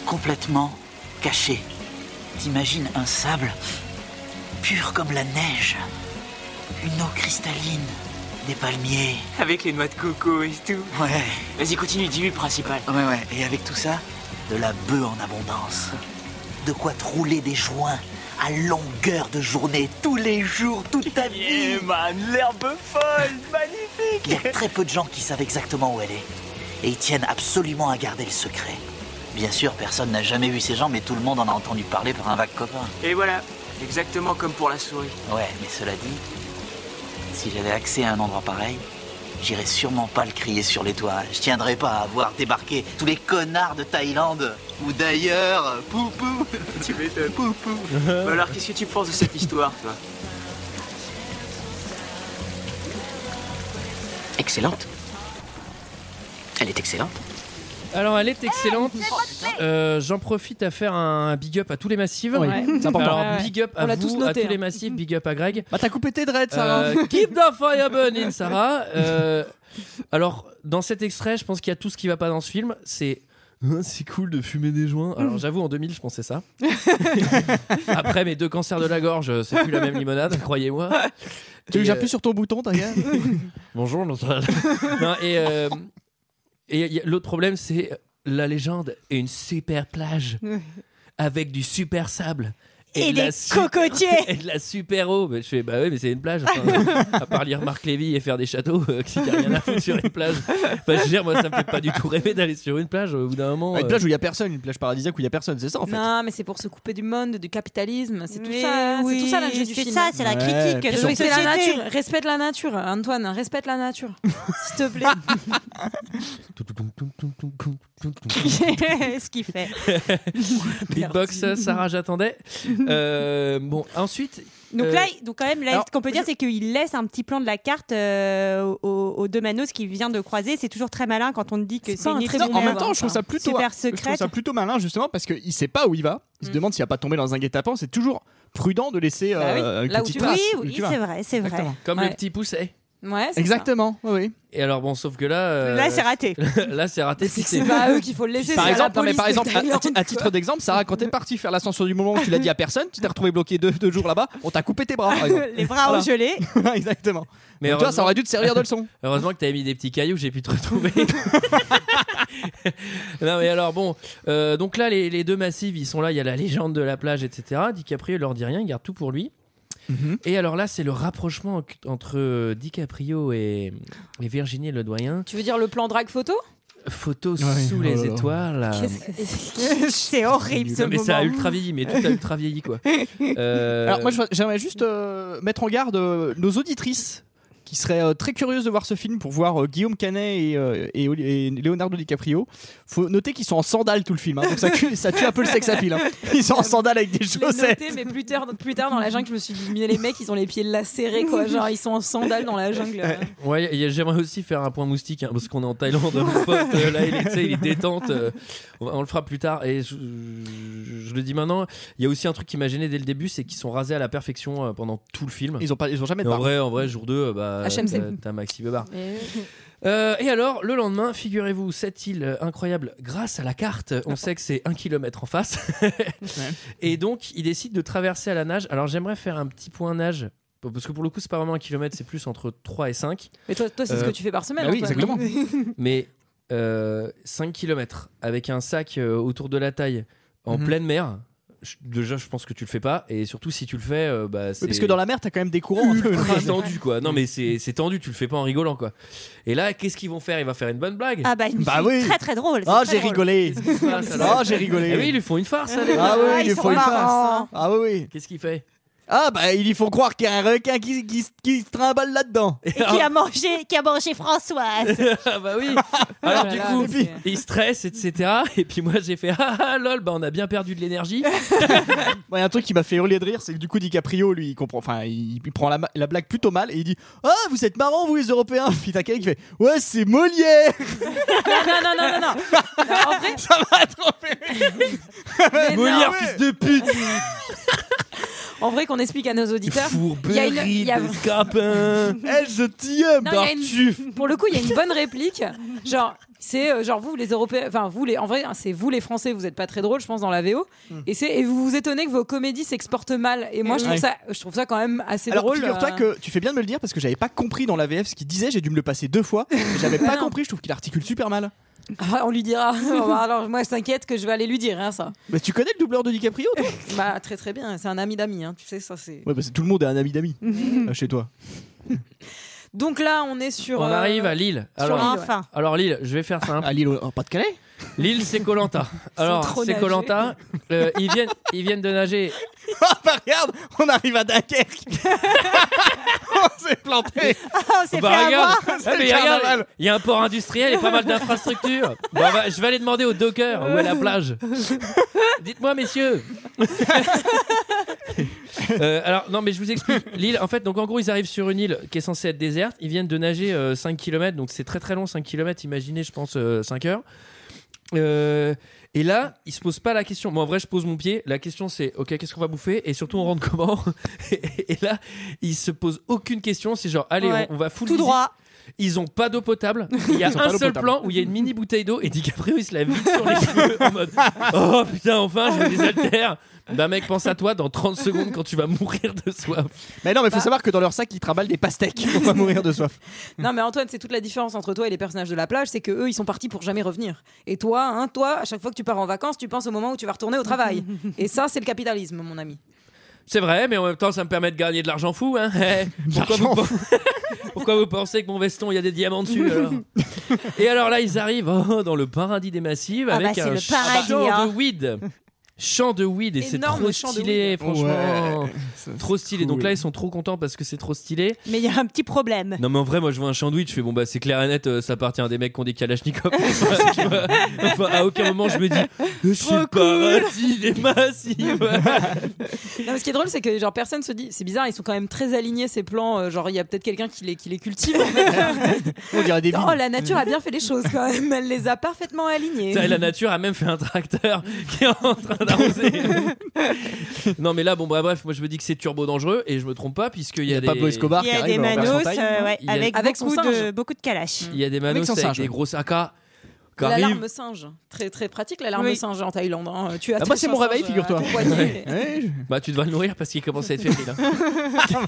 D: complètement cachée. T'imagines un sable pur comme la neige, une eau cristalline, des palmiers.
B: Avec les noix de coco et tout.
D: Ouais.
B: Vas-y, continue, dis-lui le principal.
D: Ouais, ouais, et avec tout ça, de la bœuf en abondance. De quoi te rouler des joints à longueur de journée, tous les jours, toute ta vie.
B: Eh, man, l'herbe folle, magnifique
D: Il y a très peu de gens qui savent exactement où elle est. Et ils tiennent absolument à garder le secret. Bien sûr, personne n'a jamais vu ces gens, mais tout le monde en a entendu parler par un vague copain.
B: Et voilà, exactement comme pour la souris.
D: Ouais, mais cela dit, si j'avais accès à un endroit pareil, j'irais sûrement pas le crier sur les toits. Je tiendrais pas à voir débarquer tous les connards de Thaïlande ou d'ailleurs. Poupou
B: Tu m'étonnes. Poupou. Bah alors, qu'est-ce que tu penses de cette histoire, toi
H: Excellente. Elle est excellente.
A: Alors, elle est excellente. Euh, J'en profite à faire un big up à tous les massifs.
F: Oui,
I: Ouais.
F: C'est important.
A: Alors,
I: Ouais, ouais.
A: big up à
I: On l'a
A: vous,
I: tous noté,
A: à tous les
I: hein.
A: massifs, big up à Greg.
F: Bah, t'as coupé tes dreads, ça.
A: Euh, keep the fire burning, Sarah. Euh, alors, dans cet extrait, je pense qu'il y a tout ce qui va pas dans ce film. C'est Hein, c'est cool de fumer des joints.
I: Mm.
A: Alors, j'avoue, en 2000, je pensais ça. Après mes deux cancers de la gorge, c'est plus la même limonade, croyez-moi.
F: Tu veux
A: Et,
F: que
A: euh,
F: j'appuie sur ton bouton, t'as rien
A: Bonjour, notre. Non, et euh, et y a- l'autre problème, c'est euh, la légende est une super plage avec du super sable.
G: Et,
A: de
G: des
A: la su-
G: cocotiers.
A: Et de la super eau. Mais je fais, bah oui, mais c'est une plage. Enfin, à part lire Marc Lévy et faire des châteaux, euh, qu'il y a rien à foutre sur une plage. Enfin, je veux dire, moi, ça me fait pas du tout rêver d'aller sur une plage au bout d'un moment.
F: Une
A: euh,
F: plage où il y a personne, une plage paradisiaque où il y a personne, c'est ça en fait.
I: Non, mais c'est pour se couper du monde, du capitalisme. C'est tout
G: Mais
I: ça, hein,
G: oui,
I: c'est tout ça l'enjeu du
G: c'est
I: film.
G: ça, c'est la
F: Ouais,
G: critique
F: puis
G: de
I: Et
G: notre
I: donc, c'est la
G: société.
I: nature. Respecte la nature, Antoine. Respecte la nature, s'il te plaît.
G: Ce qu'il fait.
A: Beatbox, Sarah, j'attendais. Euh, bon, ensuite,
G: Donc
A: Euh,
G: là, donc quand même, là,
F: alors,
G: ce qu'on peut dire, c'est qu'il laisse un petit plan de la carte euh, aux, aux deux manos qui vient de croiser. C'est toujours très malin quand on te dit que
I: C'est
G: c'est
I: pas un
G: une
I: très
G: étude
I: bon
F: en
I: on
F: même
I: va
F: temps,
I: voir
F: je trouve
I: ça.
F: ça plutôt,
G: super
F: je trouve
G: secrète.
F: ça plutôt malin justement parce qu'il sait pas où il va. Il se demande s'il va pas tomber dans un guet-apens. C'est toujours prudent de laisser
I: Mm. Bah oui,
F: euh, une
I: là où
F: petite
I: tu vas.
F: trace.
G: Oui,
F: où
G: oui,
F: tu vas.
G: c'est vrai, c'est vrai.
F: Exactement.
A: comme
I: Ouais.
A: le petit pousset.
I: Ouais, c'est ça.
F: Exactement. Oui, oui.
A: Et alors, bon, sauf que là. euh,
G: Là, c'est raté.
A: là, c'est raté.
I: C'est que
A: C'est-
I: c'est pas à Bah, eux qu'il faut le laisser.
F: Par
I: c'est à la
F: exemple, non, mais
I: police
F: par
I: de
F: exemple, à,
I: Thaïlande.
F: à- à titre d'exemple, Sarah, quand t'es parti faire l'ascension du moment où tu l'as dit à personne, tu t'es retrouvé bloqué deux, deux jours là-bas, on t'a coupé tes bras. Par exemple.
G: Les bras
F: Voilà.
G: au gelé.
F: Exactement.
A: Mais
F: Donc, toi,
A: heureusement-
F: ça aurait dû te servir de leçon.
A: Heureusement que t'avais mis des petits cailloux, j'ai pu te retrouver. non mais alors bon, euh, donc là les, les deux massifs, ils sont là, il y a la légende de la plage, etc. DiCaprio il leur dit rien, il garde tout pour lui.
F: Mhm.
A: Et alors là, c'est le rapprochement en- entre euh, DiCaprio et, et Virginie Le Doyen.
I: Tu veux dire le plan drag photo
A: Photo
F: Ouais,
A: sous
F: oh
A: les
F: là là.
A: étoiles. euh,
I: Qu'est-ce que c'est
G: C'est horrible ce
A: non, mais
G: moment.
A: ça a ultra vieilli, mais tout a ultra vieilli quoi. Euh,
F: Alors moi, je- j'aimerais juste euh, mettre en garde euh, nos auditrices qui seraient euh, très curieuses de voir ce film pour voir euh, Guillaume Canet et, euh, et, Oli- et Leonardo DiCaprio. Faut noter qu'ils sont en sandales tout le film, hein, donc ça, tue- ça tue un peu le sex appeal. hein. Ils sont en sandales avec des
I: Je l'ai
F: chaussettes.
I: noté, mais plus tard, plus tard dans la jungle, je me suis dit, mais les mecs, ils ont les pieds lacérés, quoi. Genre, ils sont en sandales dans la jungle.
A: Ouais, et j'aimerais aussi faire un point moustique hein, parce qu'on est en Thaïlande, mon pote. euh, là, il est, tu sais, il est détente. euh, on, on le fera plus tard. Et je, je- je le dis maintenant. Il y a aussi un truc qui m'a gêné dès le début, c'est qu'ils sont rasés à la perfection euh, pendant tout le film.
F: Ils ont pas, ils ont jamais de
A: Et en
F: barbe.
A: vrai, en vrai, jour 2, bah, euh,
I: HMC.
A: t'as- t'as Maxi Bobard.
I: Et-
A: Euh, et alors, le lendemain, figurez-vous, cette île euh, incroyable, grâce à la carte, on sait que c'est un kilomètre en face. Et donc, il décide de traverser à la nage. Alors, j'aimerais faire un petit point nage. Parce que pour le coup, c'est pas vraiment un kilomètre, c'est plus entre 3 et 5.
I: Mais toi, toi c'est ce
A: Euh,
I: que tu fais par semaine.
F: bah oui,
I: Antoine.
F: exactement.
A: Mais 5 km avec un sac euh, autour de la taille en
F: Mhm.
A: pleine mer, je- déjà, je pense que tu le fais pas. Et surtout, si tu le fais, euh, bah, c'est.
F: Oui, parce que dans la mer, t'as quand même des courants. un peu.
A: Ultra tendu quoi. Non mais c'est c'est tendu, tu le fais pas en rigolant quoi. Et là, qu'est-ce qu'ils vont faire Ils vont faire une bonne blague.
G: Ah bah, une
F: Bah
G: fille
F: oui.
G: très très drôle.
F: Ah,
G: c'est
F: j'ai
G: très drôle.
F: rigolé.
A: Qu'est-ce qui se passe, alors
F: Ah, j'ai rigolé.
A: Eh oui, ils lui font une farce. allez.
F: Ah oui,
G: Ah,
F: il
G: ils
F: lui
G: sont
F: faut une farce.
G: marrants. hein.
F: Ah oui, oui.
A: Qu'est-ce qu'il fait
F: Ah bah ils lui font croire qu'il y a un requin qui, qui, qui se trimballe là-dedans.
G: Et qui a mangé, qui a mangé Françoise.
A: Ah bah oui. Alors
I: Ah
A: du
I: là
A: coup,
I: là, c'est-
A: il stresse, etc. Et puis moi j'ai fait ah, ah lol, bah on a bien perdu de l'énergie.
F: Moi, il y a un truc qui m'a fait hurler de rire, c'est que du coup DiCaprio, lui, il comprend, enfin, il, il prend la, ma- la blague plutôt mal et il dit Ah, vous êtes marrants, vous les Européens Puis t'as quelqu'un qui fait Ouais, c'est Molière
I: non, non, non, non, non. Non, en vrai,
F: Ça m'a trop fait rire.
I: mais non.
A: Molière, fils de pute.
I: En vrai, qu'on explique à nos auditeurs. Il y a une- il
A: Fourberie
I: y a-
A: de scapin.
F: Eh, je t'y aime
I: Euh. Non, il y a une- Pour le coup, il y a une bonne réplique. Genre, c'est euh, genre vous les Européens, enfin vous les, en vrai, hein, c'est vous les Français, vous êtes pas très drôles, je pense, dans la VO. Et c'est et vous vous étonnez que vos comédies s'exportent mal. Et moi, je
F: Hmm.
I: trouve
F: Ouais.
I: ça, je trouve ça quand même assez
F: Alors
I: drôle.
F: figure-toi
I: euh.
F: que tu fais bien de me le dire parce que j'avais pas compris dans la VF ce qu'il disait, j'ai dû me le passer deux fois, et j'avais pas
I: non.
F: compris, je trouve qu'il articule super mal.
I: Ah, on lui dira. Alors moi, je t'inquiète que je vais aller lui dire hein, ça.
F: Mais tu connais le doubleur de DiCaprio toi
I: Bah très très bien. C'est un ami d'ami, hein, tu sais ça c'est.
F: Ouais, bah c'est tout le monde est un ami d'ami euh, chez toi.
I: Donc là, on est sur.
A: On
I: euh,
A: arrive à Lille.
I: sur
A: Alors,
I: un-
G: Enfin.
A: alors Lille, je vais faire simple.
F: À Lille, en Pas-de-Calais
A: Lille, c'est Colanta. Alors,
I: trop
A: c'est
I: nagés.
A: Colanta. Euh, ils viennent, ils viennent de nager.
F: Ah bah regarde, on arrive à Dunkerque On s'est planté
G: on s'est fait avoir.
A: Ah, mais
F: le
A: regarde,
F: carnaval.
A: il y a un port industriel et pas mal d'infrastructures. Bon, on va- je vais aller demander au docker où est la plage. Dites-moi, messieurs. Euh, alors non mais je vous explique Lille en fait donc en gros ils arrivent sur une île qui est censée être déserte ils viennent de nager euh, 5 km donc c'est très très long 5 km imaginez je pense euh, 5 heures Euh, et là ils se posent pas la question moi en vrai je pose mon pied la question c'est ok qu'est-ce qu'on va bouffer et surtout on rentre comment et, et là ils se posent aucune question c'est genre allez
G: Ouais.
A: on, on va full
G: Tout
A: visite.
G: droit.
A: Ils ont pas d'eau potable. Il y a
F: Ils ont pas
A: un
F: d'eau
A: seul
F: potable.
A: plan où il y a une mini bouteille d'eau et DiCaprio il se la vide sur les cheveux en mode Oh putain, enfin je me désaltère. Bah mec, pense à toi dans 30 secondes quand tu vas mourir de soif.
F: Mais non, mais faut
I: Bah.
F: savoir que dans leur sac, ils travaillent des pastèques pour pas mourir de soif.
I: Non mais Antoine, c'est toute la différence entre toi et les personnages de la plage, c'est que eux ils sont partis pour jamais revenir. Et toi, hein, toi, à chaque fois que tu pars en vacances, tu penses au moment où tu vas retourner au travail. Et ça, c'est le capitalisme, mon ami.
A: C'est vrai, mais en même temps ça me permet de gagner de l'argent fou. Hein. Eh, pourquoi, vous,
F: l'argent
A: pourquoi vous pensez que mon veston il y a des diamants dessus alors Et alors là ils arrivent oh, dans le paradis des massives
G: Ah bah,
A: avec
G: c'est
A: un
G: le paradis,
A: champ
G: hein.
A: de weed. Champ de weed et c'est
I: Énorme
A: trop
I: champ de
A: stylé,
I: weed.
A: franchement.
F: Ça,
A: Trop stylé. Donc
F: cool.
A: là ils sont trop contents parce que c'est trop stylé.
G: Mais il y a un petit problème.
A: Non mais en vrai moi je vois un sandwich, je fais bon bah c'est clair et net, euh, ça appartient à des mecs qui ont des kalachnikovs. Tu vois, enfin à aucun moment je me dis je suis le paradis des massives.
I: Non, mais ce qui est drôle, c'est que genre personne se dit, c'est bizarre, ils sont quand même très alignés ces plans. euh, genre il y a peut-être quelqu'un qui les, qui les cultive. en fait.
F: On dirait des
I: oh
F: vignes.
I: la nature a bien fait les choses quand même, elle les a parfaitement alignés.
A: Putain, et la nature a même fait un tracteur qui est en train d'arroser. non mais là bon bah bref moi je me dis que c'est turbo dangereux et je me trompe pas puisqu'il y a, des
F: Pablo Escobar
G: Il y
F: qui
G: a
F: arrive
G: des
F: en version
G: manos
F: taille.
G: euh, ouais,
A: Il y a-
G: avec,
I: Avec son
G: beaucoup,
I: singe.
G: de, beaucoup de calaches.
A: Il y a des manos
F: Avec son
A: avec,
F: singe,
A: des
F: ouais.
A: gros sacas qui arrivent.
I: L'alarme singe, très très pratique l'alarme
G: Oui.
I: singe en Thaïlande. hein. Tu as
F: Ah, moi,
I: très
F: c'est
I: un
F: mon
I: singe
F: réveil,
I: à
F: figure-toi.
I: ton poignet.
F: Ouais, je-
A: Bah tu devrais le nourrir parce qu'il commence à être fébrile. hein.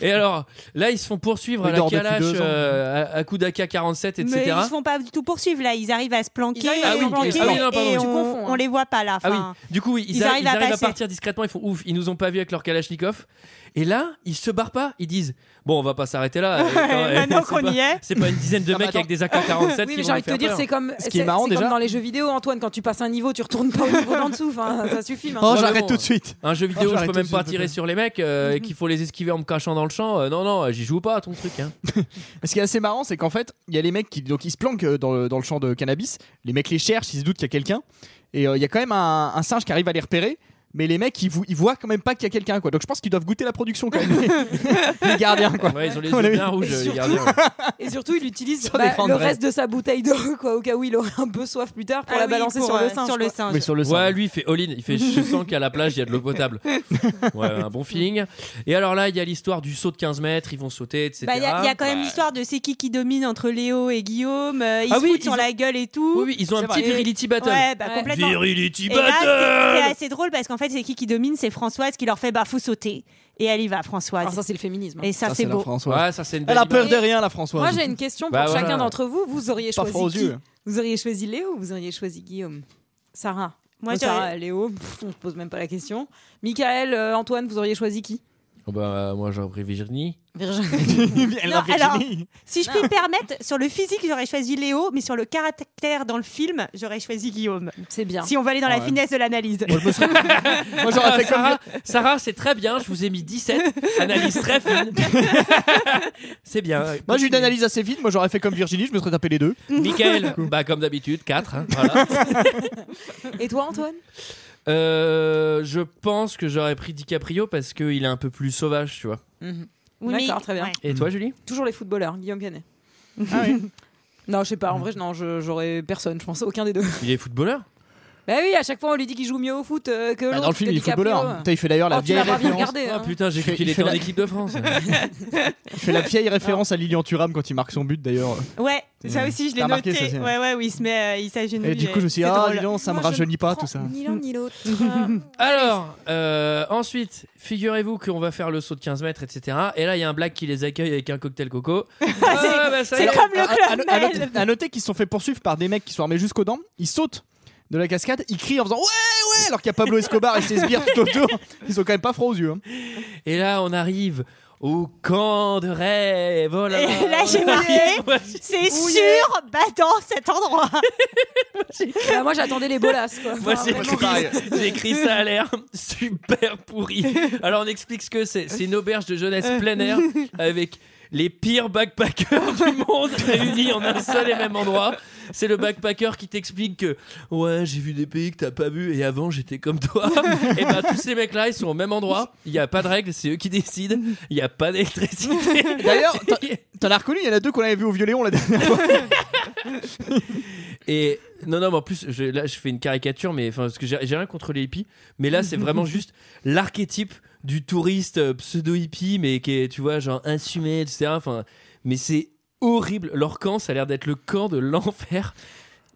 A: et alors là ils se font poursuivre à
F: Il
A: la
F: dort depuis
A: calache
F: deux ans.
A: euh, à, à coup d'AK-47 etc.
G: Mais ils se font pas du tout poursuivre là, ils arrivent à se planquer,
I: Ils arrivent
A: à
G: ils
A: se
G: sont
A: planquer.
G: planqués,
A: Ah oui, non, pardon,
G: et
A: tu
G: on,
I: confonds, hein.
G: on les voit pas là.
A: Ah oui,
G: Enfin,
A: du coup, ils,
G: ils
A: arri-
G: arrivent
A: ils
G: à
A: arrivent à,
G: passer.
A: partir discrètement. Ils font ouf, ils nous ont pas vu avec leur Kalachnikov. Et là, ils se barrent pas. Ils disent Bon, on va pas s'arrêter là. euh, attends, eh,
G: Maintenant
A: c'est
G: qu'on
A: pas-
G: y est.
A: C'est pas une dizaine de
F: Non, mais
A: mecs avec des AK-47
I: Oui,
A: qui
I: mais
A: vont
I: j'ai envie de te
A: nous faire
I: dire,
A: peur.
I: c'est comme,
F: Ce qui est
I: c'est-
F: marrant,
I: c'est comme
F: déjà-
I: dans les jeux vidéo, Antoine, quand tu passes un niveau, tu retournes pas au niveau d'en dessous. Enfin, ça suffit maintenant.
F: Oh,
A: Ouais,
F: j'arrête
A: bon.
F: tout de suite.
A: Un jeu vidéo,
F: Oh,
A: où je
F: j'arrête
A: peux
F: tout
A: même
F: de
A: pas
F: suite,
A: tirer
F: ok.
A: sur les mecs
G: Mhm.
A: euh, et qu'il faut les esquiver en me cachant dans le champ. euh, non, non, j'y joue pas à ton truc. Hein.
F: Mais Ce qui est assez marrant, c'est qu'en fait, il y a les mecs qui donc ils se planquent euh, dans le, dans le champ de cannabis. Les mecs les cherchent, ils se doutent qu'il y a quelqu'un. Et euh, il y a quand même un, un singe qui arrive à les repérer. mais les mecs ils, vo- ils voient quand même pas qu'il y a quelqu'un quoi. Donc je pense qu'ils doivent goûter la production quand même. les- les gardiens quoi.
A: Ouais, ils ont les
F: On
A: yeux
F: l'a
A: bien
F: vu.
A: rouges,
I: Et
A: les
I: surtout-
A: gardiens.
I: Et surtout, il utilise
F: Sur des
I: bah,
F: grandes
I: le
F: braies.
I: reste de sa bouteille d'eau, quoi, au cas où il aurait un peu soif plus tard pour
G: Ah
I: la
G: oui,
I: balancer
G: pour,
I: sur
G: euh,
I: le singe.
G: Sur le
I: quoi.
G: singe.
F: Mais sur le
A: Ouais,
F: sein.
A: lui, il fait all-in. Il fait, je sens qu'à la plage, il y a de l'eau potable. Ouais, un bon feeling. Et alors là, il y a l'histoire du saut de 15 mètres, ils vont sauter, etc.
G: Bah, Il y, a il y a quand même l'histoire de c'est qui qui domine entre Léo et Guillaume. euh, ils
A: Ah
G: se
A: oui,
G: foutent sur
A: ils ont-
G: la gueule et tout.
A: Oui, oui, ils ont un
I: C'est
A: petit
I: vrai.
A: virility battle.
G: Ouais, bah,
I: Ouais.
G: complètement.
A: Virility
G: Et là, c'est- c'est
A: battle
G: assez drôle parce qu'en fait, c'est qui qui domine C'est Françoise qui leur fait bah, faut sauter. Et elle y va, Françoise.
I: Alors ça, c'est le féminisme. hein.
G: et ça,
F: Ça,
G: c'est
F: la
G: beau.
F: Françoise.
A: Ouais, ça, c'est une belle
F: Elle a peur
A: image.
F: de rien la Françoise.
I: Moi, j'ai une question pour
A: Bah, voilà.
I: chacun d'entre vous. Vous auriez
F: pas froid aux
I: choisi qui
F: yeux.
I: Vous auriez choisi Léo ou vous auriez choisi Guillaume Sarah
G: Moi, j'aurais-
I: Oh, Sarah, Léo, pff, on ne pose même pas la question. Michael, euh, Antoine, vous auriez choisi qui
A: Oh, bah, moi, j'aurais pris Virginie.
I: Virginie.
F: Elle l'a
G: Non, alors-
F: Virginie.
G: Si je puis me permettre, sur le physique, j'aurais choisi Léo, mais sur le caractère dans le film, j'aurais choisi Guillaume.
I: C'est bien.
G: Si on va aller dans la
F: Ouais.
G: finesse de l'analyse.
F: Moi j'aurais fait comme
A: Sarah, Sarah, c'est très bien, je vous ai mis 17. Analyse très fine. c'est bien.
F: Moi j'ai une analyse assez vite, moi j'aurais fait comme Virginie, je me serais tapé les deux.
A: Michael, bah, comme d'habitude, 4. voilà.
I: Et toi, Antoine
A: Euh, je pense que j'aurais pris DiCaprio parce qu'il est un peu plus sauvage, tu vois.
I: Mhm.
G: Oui, mais-
I: D'accord, très bien.
G: ouais.
F: Mm.
A: Et toi, Julie
I: Toujours les footballeurs, Guillaume Canet.
F: Ah oui.
I: Non, je sais pas. En vrai, non, je- j'aurais personne. Je pense aucun des deux.
A: Il est footballeur
I: Bah oui, à chaque fois, on lui dit qu'il joue mieux au foot euh, que l'autre.
F: Bah, dans le film
I: que
F: il est
I: DiCaprio.
F: footballeur. Putain, il fait d'ailleurs la
I: Oh, tu
F: vieille
I: l'as pas bien
F: référence.
I: regardé.
A: Ah
I: hein.
A: putain, j'ai cru
F: Il
A: qu'il
F: fait
A: était en
F: la-
A: équipe de France.
F: Il fait la vieille référence à Lilian Thuram quand il marque son but d'ailleurs.
G: Ouais, ça aussi, je l'ai
F: T'as
G: noté.
F: remarqué, ça, c'est-
G: ouais, ouais, oui, il se met, euh, il s'agenouille.
F: Et du coup je me suis dit
G: c'est
F: ah
G: drôle.
F: Lilian ça me
I: Moi, je
F: rajeunit pas
I: prends
F: tout ça.
I: Ni l'un ni l'autre.
A: Alors, euh, ensuite, figurez-vous qu'on va faire le saut de 15 mètres, etc. Et là, il y a un black qui les accueille avec un cocktail coco. Ah, bah, ça y
G: C'est
A: est.
G: comme le
F: À-
G: club
F: à, à- à
G: Med.
F: noter, à noter qu'ils se sont fait poursuivre par des mecs qui sont armés jusqu'aux dents. Ils sautent de la cascade, ils crient en faisant ouais ouais alors qu'il y a Pablo Escobar et ses sbires tout autour. Ils ont quand même pas froid aux yeux. hein.
A: Et là, on arrive au camp de rêve. Oh là
G: Et
A: là.
G: là, j'ai marqué. C'est sûr, battant cet endroit.
I: Bah, moi, j'attendais les bolasses. Quoi.
A: Moi,
I: Enfin,
A: j'ai
I: vraiment.
A: écrit, j'ai écrit ça à l'air super pourri. Alors, on explique ce que c'est. C'est une auberge de jeunesse plein air avec les pires backpackers du monde réunis en un seul et même endroit. C'est le backpacker qui t'explique que ouais, j'ai vu des pays que t'as pas vu et avant j'étais comme toi. et ben tous ces mecs-là, ils sont au même endroit. Il y a pas de règles, c'est eux qui décident. Il y a pas d'électricité.
F: D'ailleurs t'en- t'en as reconnu, il y en a deux qu'on avait vu au violéon la dernière fois.
A: Et non, non, mais en plus, je- là, je fais une caricature, mais enfin, parce que j'ai j'ai rien contre les hippies, mais là, c'est vraiment juste l'archétype du touriste euh, pseudo-hippie, mais qui est, tu vois, genre insumé, etc. Enfin, mais c'est horrible. Leur camp, ça a l'air d'être le camp de l'enfer.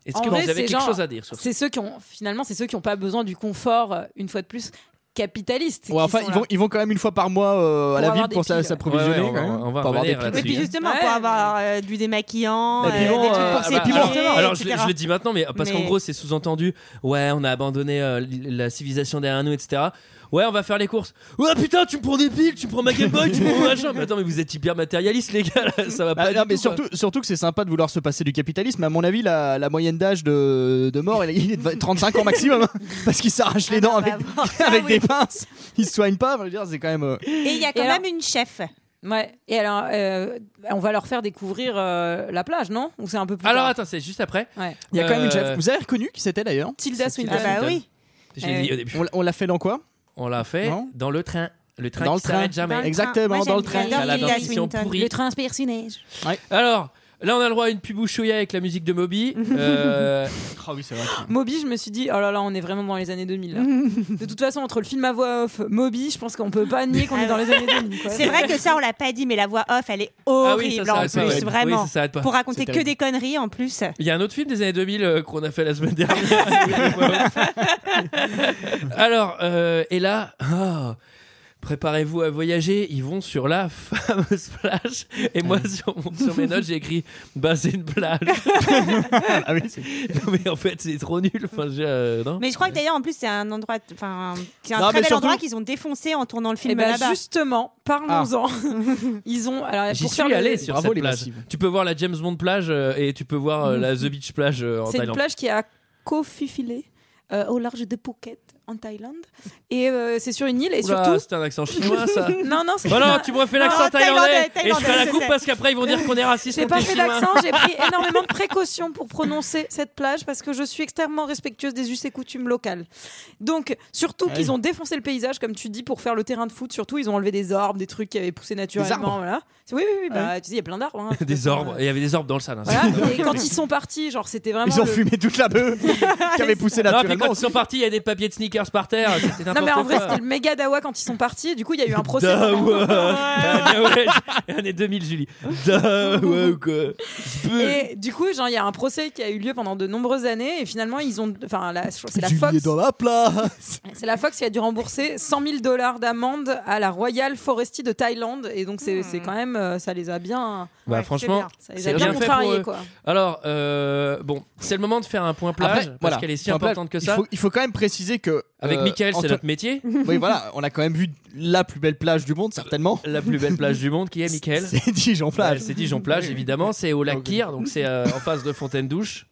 A: Est-ce
I: En
A: que
I: vrai,
A: vous avez
I: c'est
A: quelque
I: genre-
A: chose à dire sur ça
I: C'est ceux qui ont finalement, c'est ceux qui n'ont pas besoin du confort, euh, une fois de plus, capitaliste.
F: Ouais,
I: qui
F: enfin
I: sont
F: ils
I: là.
F: vont, ils vont quand même une fois par mois euh,
I: Pour
F: à la
I: avoir
F: ville
I: des
F: pour ça-
I: piles.
F: s'approvisionner.
A: Ouais, ouais, on va-
F: quand même,
A: on va
F: pour avoir
A: revenir
F: des
A: là-dessus.
G: Et
F: piles.
G: puis justement,
I: Ouais.
G: pour avoir euh, du démaquillant,
F: Et
G: euh,
F: puis bon,
G: des trucs
F: euh,
G: pour
F: bah, alors-
G: s'épiler,
A: Alors je,
G: etc.
A: je le dis maintenant, mais parce qu'en
G: Mais-
A: gros c'est sous-entendu. Ouais, on a abandonné euh, l- la civilisation derrière nous, etc. Ouais, on va faire les courses. Ouais, putain, tu me prends des piles, tu me prends ma Game Boy, tu me prends machin. Mais attends, mais vous êtes hyper matérialiste, les gars. là, ça va pas.
F: Ah,
A: du
F: non,
A: tout,
F: mais
A: quoi.
F: surtout, surtout que c'est sympa de vouloir se passer du capitalisme. À mon avis, la, la moyenne d'âge de, de mort, il est de 35 ans maximum. hein, parce qu'ils s'arrachent les
G: Ah,
F: dents avec,
G: bah, bon, ça,
F: avec
G: oui.
F: des pinces. Ils se soignent pas. je veux dire, C'est quand même. euh,
G: Et il y a quand
I: Et alors-
G: même une chef. Ah,
I: Ouais. Et alors, euh, on va leur faire découvrir euh, la plage, non Ou c'est un peu plus
A: Alors
I: tard
A: attends, c'est juste après.
I: Ouais.
F: Il y a quand même une
A: Euh,
F: chef. Vous avez reconnu qui c'était d'ailleurs
I: Tilda Swinton.
G: Ah bah oui.
A: Je
I: Eh
A: l'ai dit
I: oui.
A: au début.
F: On, on l'a fait dans quoi
A: On l'a fait
F: Non.
A: dans le train. Le train
F: Dans
A: qui
F: le train.
A: s'arrête jamais.
F: Exactement, dans le train.
A: Elle a
G: J'adore Tilda
A: dentition
G: Swinton.
A: pourrie.
I: train personnage.
A: Alors. Là, on a le droit à une pub chouïa avec la musique de Moby. Euh,
F: Ah oui, c'est vrai.
I: Moby, je me suis dit, oh là là, on est vraiment dans les années 2000. là. de toute façon, entre le film à voix off, Moby, je pense qu'on peut pas nier qu'on est dans les années 2000. quoi.
G: C'est vrai que ça, on l'a pas dit, mais la voix off, elle est
A: ah oui, ça
G: horrible en
A: s'arrête
G: plus,
A: pas. ouais.
G: vraiment.
A: Oui, ça s'arrête pas.
G: Pour raconter
F: C'est
G: que des conneries en plus.
A: Il y a un autre film des années 2000 euh, qu'on a fait la semaine dernière. Alors, euh, et là, ah, préparez-vous à voyager. Ils vont sur la fameuse plage. Et moi, sur, mon- sur mes notes, j'ai écrit bah, c'est une plage.
F: Ah oui, c'est-
A: Non, mais en fait, c'est trop nul. Enfin, j'ai, euh, non.
G: Mais je crois que d'ailleurs, en plus, c'est un endroit, enfin, c'est un
F: Non,
G: très
F: mais
G: bel
F: surtout-
G: endroit qu'ils ont défoncé en tournant le
I: Et
G: film
I: bah
G: là-bas.
I: justement, parlons-en. Ils ont. Alors,
A: J'y
I: euh, pour
A: suis
I: faire le-
A: allé sur
F: Bravo,
A: cette
F: les
A: plage.
F: massives.
A: Tu peux voir la James Bond plage euh, et tu peux voir euh, la The Beach plage euh, en
I: Mhm. C'est une
A: Thaïlande.
I: plage qui est à Koh Phi Phi Phi, euh, au large de Phuket. en Thaïlande. Et euh, c'est sur une île et
A: Oula,
I: surtout.
A: c'était un accent chinois ça.
I: Non, non, c'est
A: Bah non, tu me fais l'accent
G: Non,
A: thaïlandais,
G: thaïlandais,
A: et je ferai
G: thaïlandais,
A: la coupe
G: c'est-
A: parce qu'après ils vont dire qu'on est raciste
I: J'ai
A: contre
I: pas
A: les
I: fait
A: Chinois.
I: d'accent, j'ai pris énormément de précautions pour prononcer cette plage parce que je suis extrêmement respectueuse des us et coutumes locales. Donc,
A: Ah
I: surtout qu'ils ont défoncé le paysage, comme tu dis, pour faire le terrain de foot. Surtout, ils ont enlevé des arbres, des trucs qui avaient poussé naturellement.
F: arbres
I: Voilà. Oui, oui, oui. Bah, Tu sais, il y a plein d'arbres. hein.
A: Ah Des orbes, il y avait des orbes dans le hein. salon.
I: Voilà. Et quand ils sont partis, genre, c'était vraiment.
F: Ils ont
I: le-
F: fumé toute la bœuf qui avait poussé
A: Non, puis
F: naturellement.
A: quand ils sont partis, il y a des papiers de sneakers par terre, c'était n'importe
I: Non, mais en vrai,
A: quoi.
I: c'était le méga dawa quand ils sont partis. Et du coup, il y a eu un procès.
A: Dawa. Ah, ouais, j'ai- Année 2000, Julie.
F: Ah,
A: Dawa ou quoi
I: Et du coup, genre, il y a un procès qui a eu lieu pendant de nombreuses années. Et finalement, ils ont. Enfin, la- c'est la
F: Julie
I: Fox.
F: est dans la place.
I: C'est la Fox qui a dû rembourser 100 000 dollars d'amende à la Royal Forestry de Thaïlande. Et donc, c'est c'est quand même. euh, Ça les a bien.
A: Bah
G: Ouais,
A: franchement,
I: Ça les
A: C'est
I: a bien
A: rien fait pour
I: contrariés,
A: eux.
I: quoi.
A: alors euh, bon, c'est le moment de faire un point plage
F: Après,
A: parce
F: voilà,
A: qu'elle est si
F: point plage,
A: importante que ça.
F: Il faut, il faut quand même préciser que.
A: Avec
F: euh,
A: Michael, c'est
F: Anto-
A: notre métier.
F: Oui, voilà, on a quand même vu la plus belle plage du monde, certainement.
A: La plus belle plage du monde qui est Michael.
F: C'est Dijon
A: Ouais,
F: plage.
A: c'est Dijon plage évidemment, c'est au lac
F: Ok.
A: Kyr, donc c'est euh, en face de Fontaine Douche.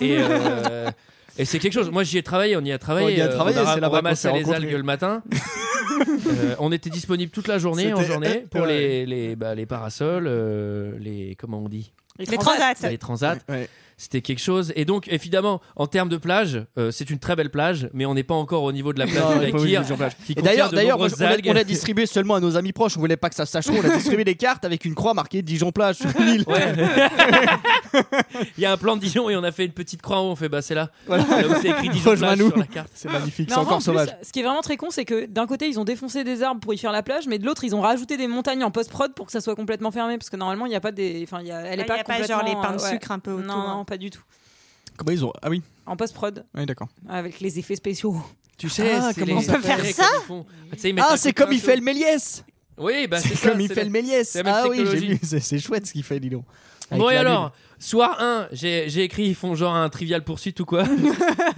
A: Et, euh, et c'est quelque chose. Moi j'y ai travaillé, on y a travaillé.
F: On y a
A: euh,
F: travaillé,
A: on, ra-
F: c'est
A: on
F: là-bas qu'on
A: ramassait
F: s'est
A: les
F: rencontrés.
A: algues le matin. Euh, on était disponible toute la journée en
F: C'était- euh,
A: journée pour
F: Ouais.
A: les les, bah, les parasols, euh, les comment on dit,
G: Les transats.
A: les transats.
F: Ouais.
A: C'était quelque chose. Et donc évidemment en termes de plage, euh, c'est une très belle plage, mais on n'est pas encore au niveau de la plage
F: Non,
A: du lac
F: pas au niveau
A: Kyr,
F: de Dijon plage.
A: qui
F: Et
A: contient
F: d'ailleurs,
A: de
F: d'ailleurs, on,
A: nombreuses
F: a-
A: algues.
F: on a distribué seulement à nos amis proches. On voulait pas que ça se sache trop. On a distribué des cartes avec une croix marquée Dijon plage sur l'île.
A: Ouais. Il y a un plan de Dijon et on a fait une petite croix en haut. On fait bah c'est là.
F: Voilà.
A: Là où c'est écrit Dijon plage
F: Rejoins-nous.
A: sur la carte.
F: C'est magnifique,
I: Mais
F: c'est
I: en vrai, en
F: encore
I: plus,
F: sauvage.
I: ce qui est vraiment très con, c'est que d'un côté, ils ont défoncé des arbres pour y faire la plage, mais de l'autre, ils ont rajouté des montagnes en post-prod pour que ça soit complètement fermé. Parce que normalement, il n'y a pas des. Enfin, il y a-
G: Il
I: elle est
G: n'y
I: pas
G: Ah, a pas genre les
I: complètement,
G: pains de
I: euh, ouais.
G: sucre un peu autour. hein.
I: Non, non, pas du tout.
F: Comment ils ont Ah oui,
I: En post-prod,
F: oui d'accord.
I: avec les effets spéciaux.
A: Tu sais,
F: Ah,
A: c'est les-
F: comment on peut
A: c'est les-
G: faire
A: comme
G: ça
A: ils font. Ah, tu sais, ils mettent
F: Ah,
A: un
F: c'est
A: coup de
F: comme il
A: pinceau.
F: fait le Méliès.
A: Oui, bah c'est
F: C'est
A: ça,
F: comme il
A: c'est
F: fait le Méliès.
A: c'est la même
F: Ah oui, j'ai
A: technologie.
F: vu. C'est- C'est chouette ce qu'il fait, Lilo.
A: Bon et alors, soir 1, j'ai j'ai écrit ils font genre un trivial poursuite ou quoi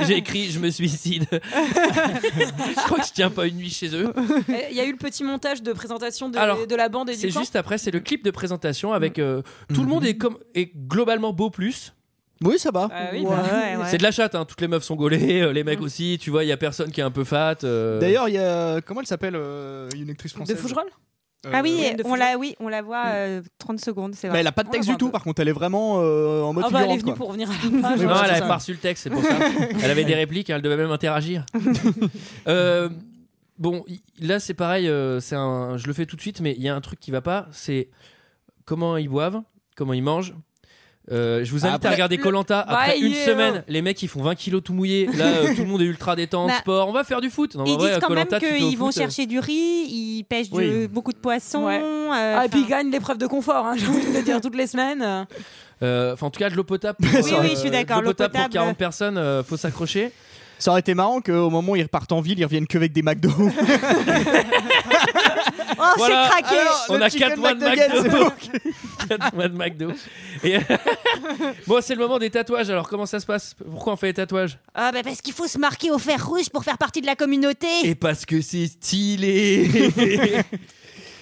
A: J'ai écrit je me suicide. je crois que je tiens pas une nuit chez eux.
I: Et Eh, Il y a eu le petit montage de présentation de,
A: Alors,
I: de la bande et du
A: C'est
I: camp.
A: juste après, c'est le clip de présentation avec euh, tout le
F: Mhm.
A: monde est comme est globalement beau plus.
F: Oui, ça va.
I: Ah oui,
G: Ouais,
I: bah.
G: ouais, ouais.
A: C'est de la chatte, hein. toutes les meufs sont gaulées, euh, les mecs aussi. Tu vois, il y a personne qui est un peu fat. euh.
F: D'ailleurs, il y a. Comment elle s'appelle euh, Une actrice
I: De
F: française
I: Fougerolles
F: Euh,
G: Ah oui,
I: de
G: on
I: Fougeray.
G: la, oui, on la voit euh, 30 secondes, c'est
F: Bah,
G: vrai.
F: elle a pas de
I: On
F: texte du
I: la voit
F: tout,
I: un peu.
F: par contre, elle est vraiment euh, en mode
I: Ah bah, elle est
F: figurante,
I: venue
F: quoi.
I: pour revenir à la hein, plage.
F: Oui,
A: Non,
F: voilà,
A: elle
F: c'est
A: avait
F: ça.
A: pas reçu le texte, c'est pour ça. Elle avait des répliques, hein, elle devait même interagir. Euh, bon, y- là c'est pareil, euh, c'est un, je le fais tout de suite, mais il y a un truc qui va pas, c'est comment ils boivent, comment ils mangent. Euh, je vous invite
F: Après-
A: à regarder Colanta après
I: Bah,
A: une
I: yeah.
A: semaine. Les mecs ils font 20 kilos tout mouillés. Là euh, tout le monde est ultra détente,
G: euh, Bah,
A: sport. On va faire du foot. Non, mais
G: Ils
A: en vrai,
G: disent quand même
A: Koh-Lanta, tu fais au
G: qu'ils vont
A: foot, euh,
G: chercher du riz, ils pêchent du-
A: Oui.
G: beaucoup de poissons.
I: Ouais.
G: euh,
I: Ah, et puis
G: enfin-
I: ils gagnent l'épreuve de confort, hein, j'ai envie de le dire, toutes les semaines. euh.
A: euh, Enfin en tout cas de l'eau potable.
F: Oui, oui,
G: je suis d'accord,
A: De l'eau
G: l'eau
A: potable pour
G: potable.
A: 40 personnes, euh, faut s'accrocher.
F: Ça aurait été marrant qu'au moment où ils repartent en ville, ils reviennent que avec des McDo.
G: Oh,
A: Voilà.
G: c'est craqué
F: Alors,
A: On
F: le
A: a
F: chicken
A: quatre mois de
F: McNuggets,
A: McDo.
F: c'est bon.
A: Quatre mois de McDo. Et bon, c'est le moment des tatouages. Alors, comment ça se passe Pourquoi on fait les tatouages
G: Ah, bah, Parce qu'il faut se marquer au fer rouge pour faire partie de la communauté.
A: parce que c'est stylé.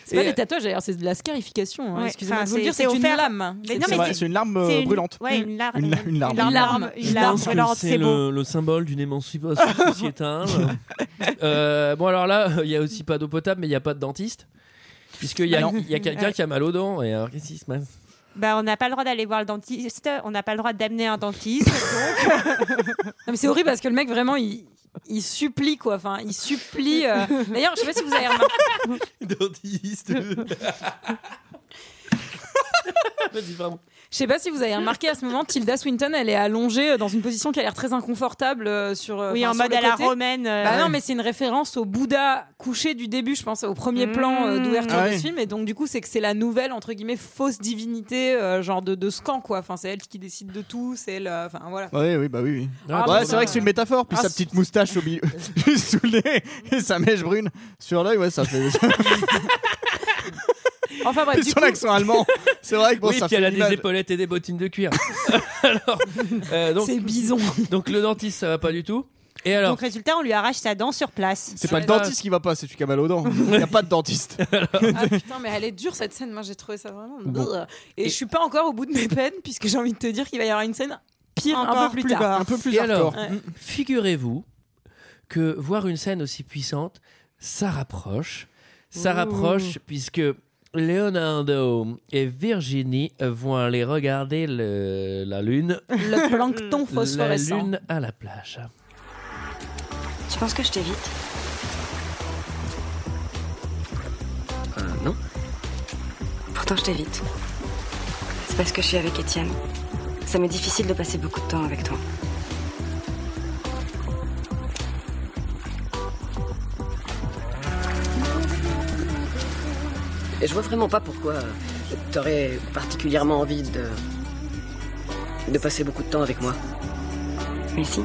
I: C'est pas des tatouages d'ailleurs, c'est de la scarification. hein.
G: Ouais,
I: Excusez-moi
G: enfin,
I: de vous le dire,
G: c'est-
I: c'est
G: c'est
I: une
G: offert.
I: lame.
G: Mais non,
F: C'est
G: mais
F: vrai,
G: c'est-
F: c'est une larme euh,
G: c'est une-
F: brûlante.
G: Ouais, une, lar-
F: Une la- une larme.
G: Une larme,
I: Je
G: une larme brûlante, c'est beau.
A: symbole d'une émancipation sociétale. Euh, bon, alors là, il y a aussi pas d'eau potable, mais il n'y a pas de dentiste. Puisqu'il y a, il y a quelqu'un qui a mal aux dents. Et alors, qu'est-ce qui se passe
G: Bah, on n'a pas le droit d'aller voir le dentiste, on n'a pas le droit d'amener un dentiste.
I: Non, mais c'est horrible parce que le mec vraiment il, il supplie quoi. Enfin, il supplie. euh. D'ailleurs, je sais pas si vous avez remarqué.
A: Dentiste Vas-y, pardon.
I: Je sais pas si vous avez remarqué à ce moment, Tilda Swinton, elle est allongée euh, dans une position qui a l'air très inconfortable euh, sur. euh,
G: oui,
I: enfin,
G: en
I: sur
G: mode
I: le
G: à la
I: côté.
G: romaine. euh,
I: Bah non, mais c'est une référence au Bouddha couché du début, je pense, au premier
G: Mmh.
I: plan euh, d'ouverture
F: Ah
I: de
F: oui.
I: ce film. Et donc, du coup, c'est que c'est la nouvelle, entre guillemets, fausse divinité, euh, genre de, de ce camp, quoi. Enfin, c'est elle qui décide de tout, c'est elle. euh, Enfin, voilà.
F: Ouais, oui, bah oui, oui.
I: Ah,
A: Oh,
F: ouais,
I: bon,
F: c'est vrai que c'est une métaphore. Puis
I: Ah,
F: sa
I: c'est-
F: petite moustache au milieu, juste sous le nez, et sa mèche brune sur l'œil, ouais, ça fait.
I: Enfin, bref, du
F: son
I: coup,
F: accent allemand, c'est vrai que bon,
A: oui,
F: ça
A: puis
F: fait.
A: elle a
F: l'image.
A: des épaulettes et des bottines de cuir. alors, euh, donc,
I: c'est bison.
A: donc le dentiste, ça va pas du tout. Et alors,
G: Donc, résultat, on lui arrache sa dent sur place.
F: C'est pas le
A: Ouais.
F: dentiste qui va pas, c'est celui qui a mal aux dents. Il n'y a pas de dentiste.
I: Ah putain, mais elle est dure cette scène. Moi, j'ai trouvé ça vraiment.
F: Bon.
I: Brrr. Et je suis pas encore au bout de mes peines, puisque j'ai envie de te dire qu'il va y avoir une scène pire un
G: Encore
I: peu plus,
G: plus
I: tard.
F: Un peu plus
A: et
F: hardcore.
A: alors, figurez-vous que voir une scène aussi puissante, ça rapproche. Ça rapproche puisque Leonardo et Virginie vont aller regarder le- la lune,
I: Le plancton
A: la
I: phosphorescent.
A: lune à la plage.
J: Tu penses que je t'évite
C: non.
J: Pourtant, je t'évite. C'est parce que je suis avec Étienne. Ça m'est difficile de passer beaucoup de temps avec toi.
K: Et je vois vraiment pas pourquoi euh, t'aurais particulièrement envie de. de passer beaucoup de temps avec moi.
J: Mais si.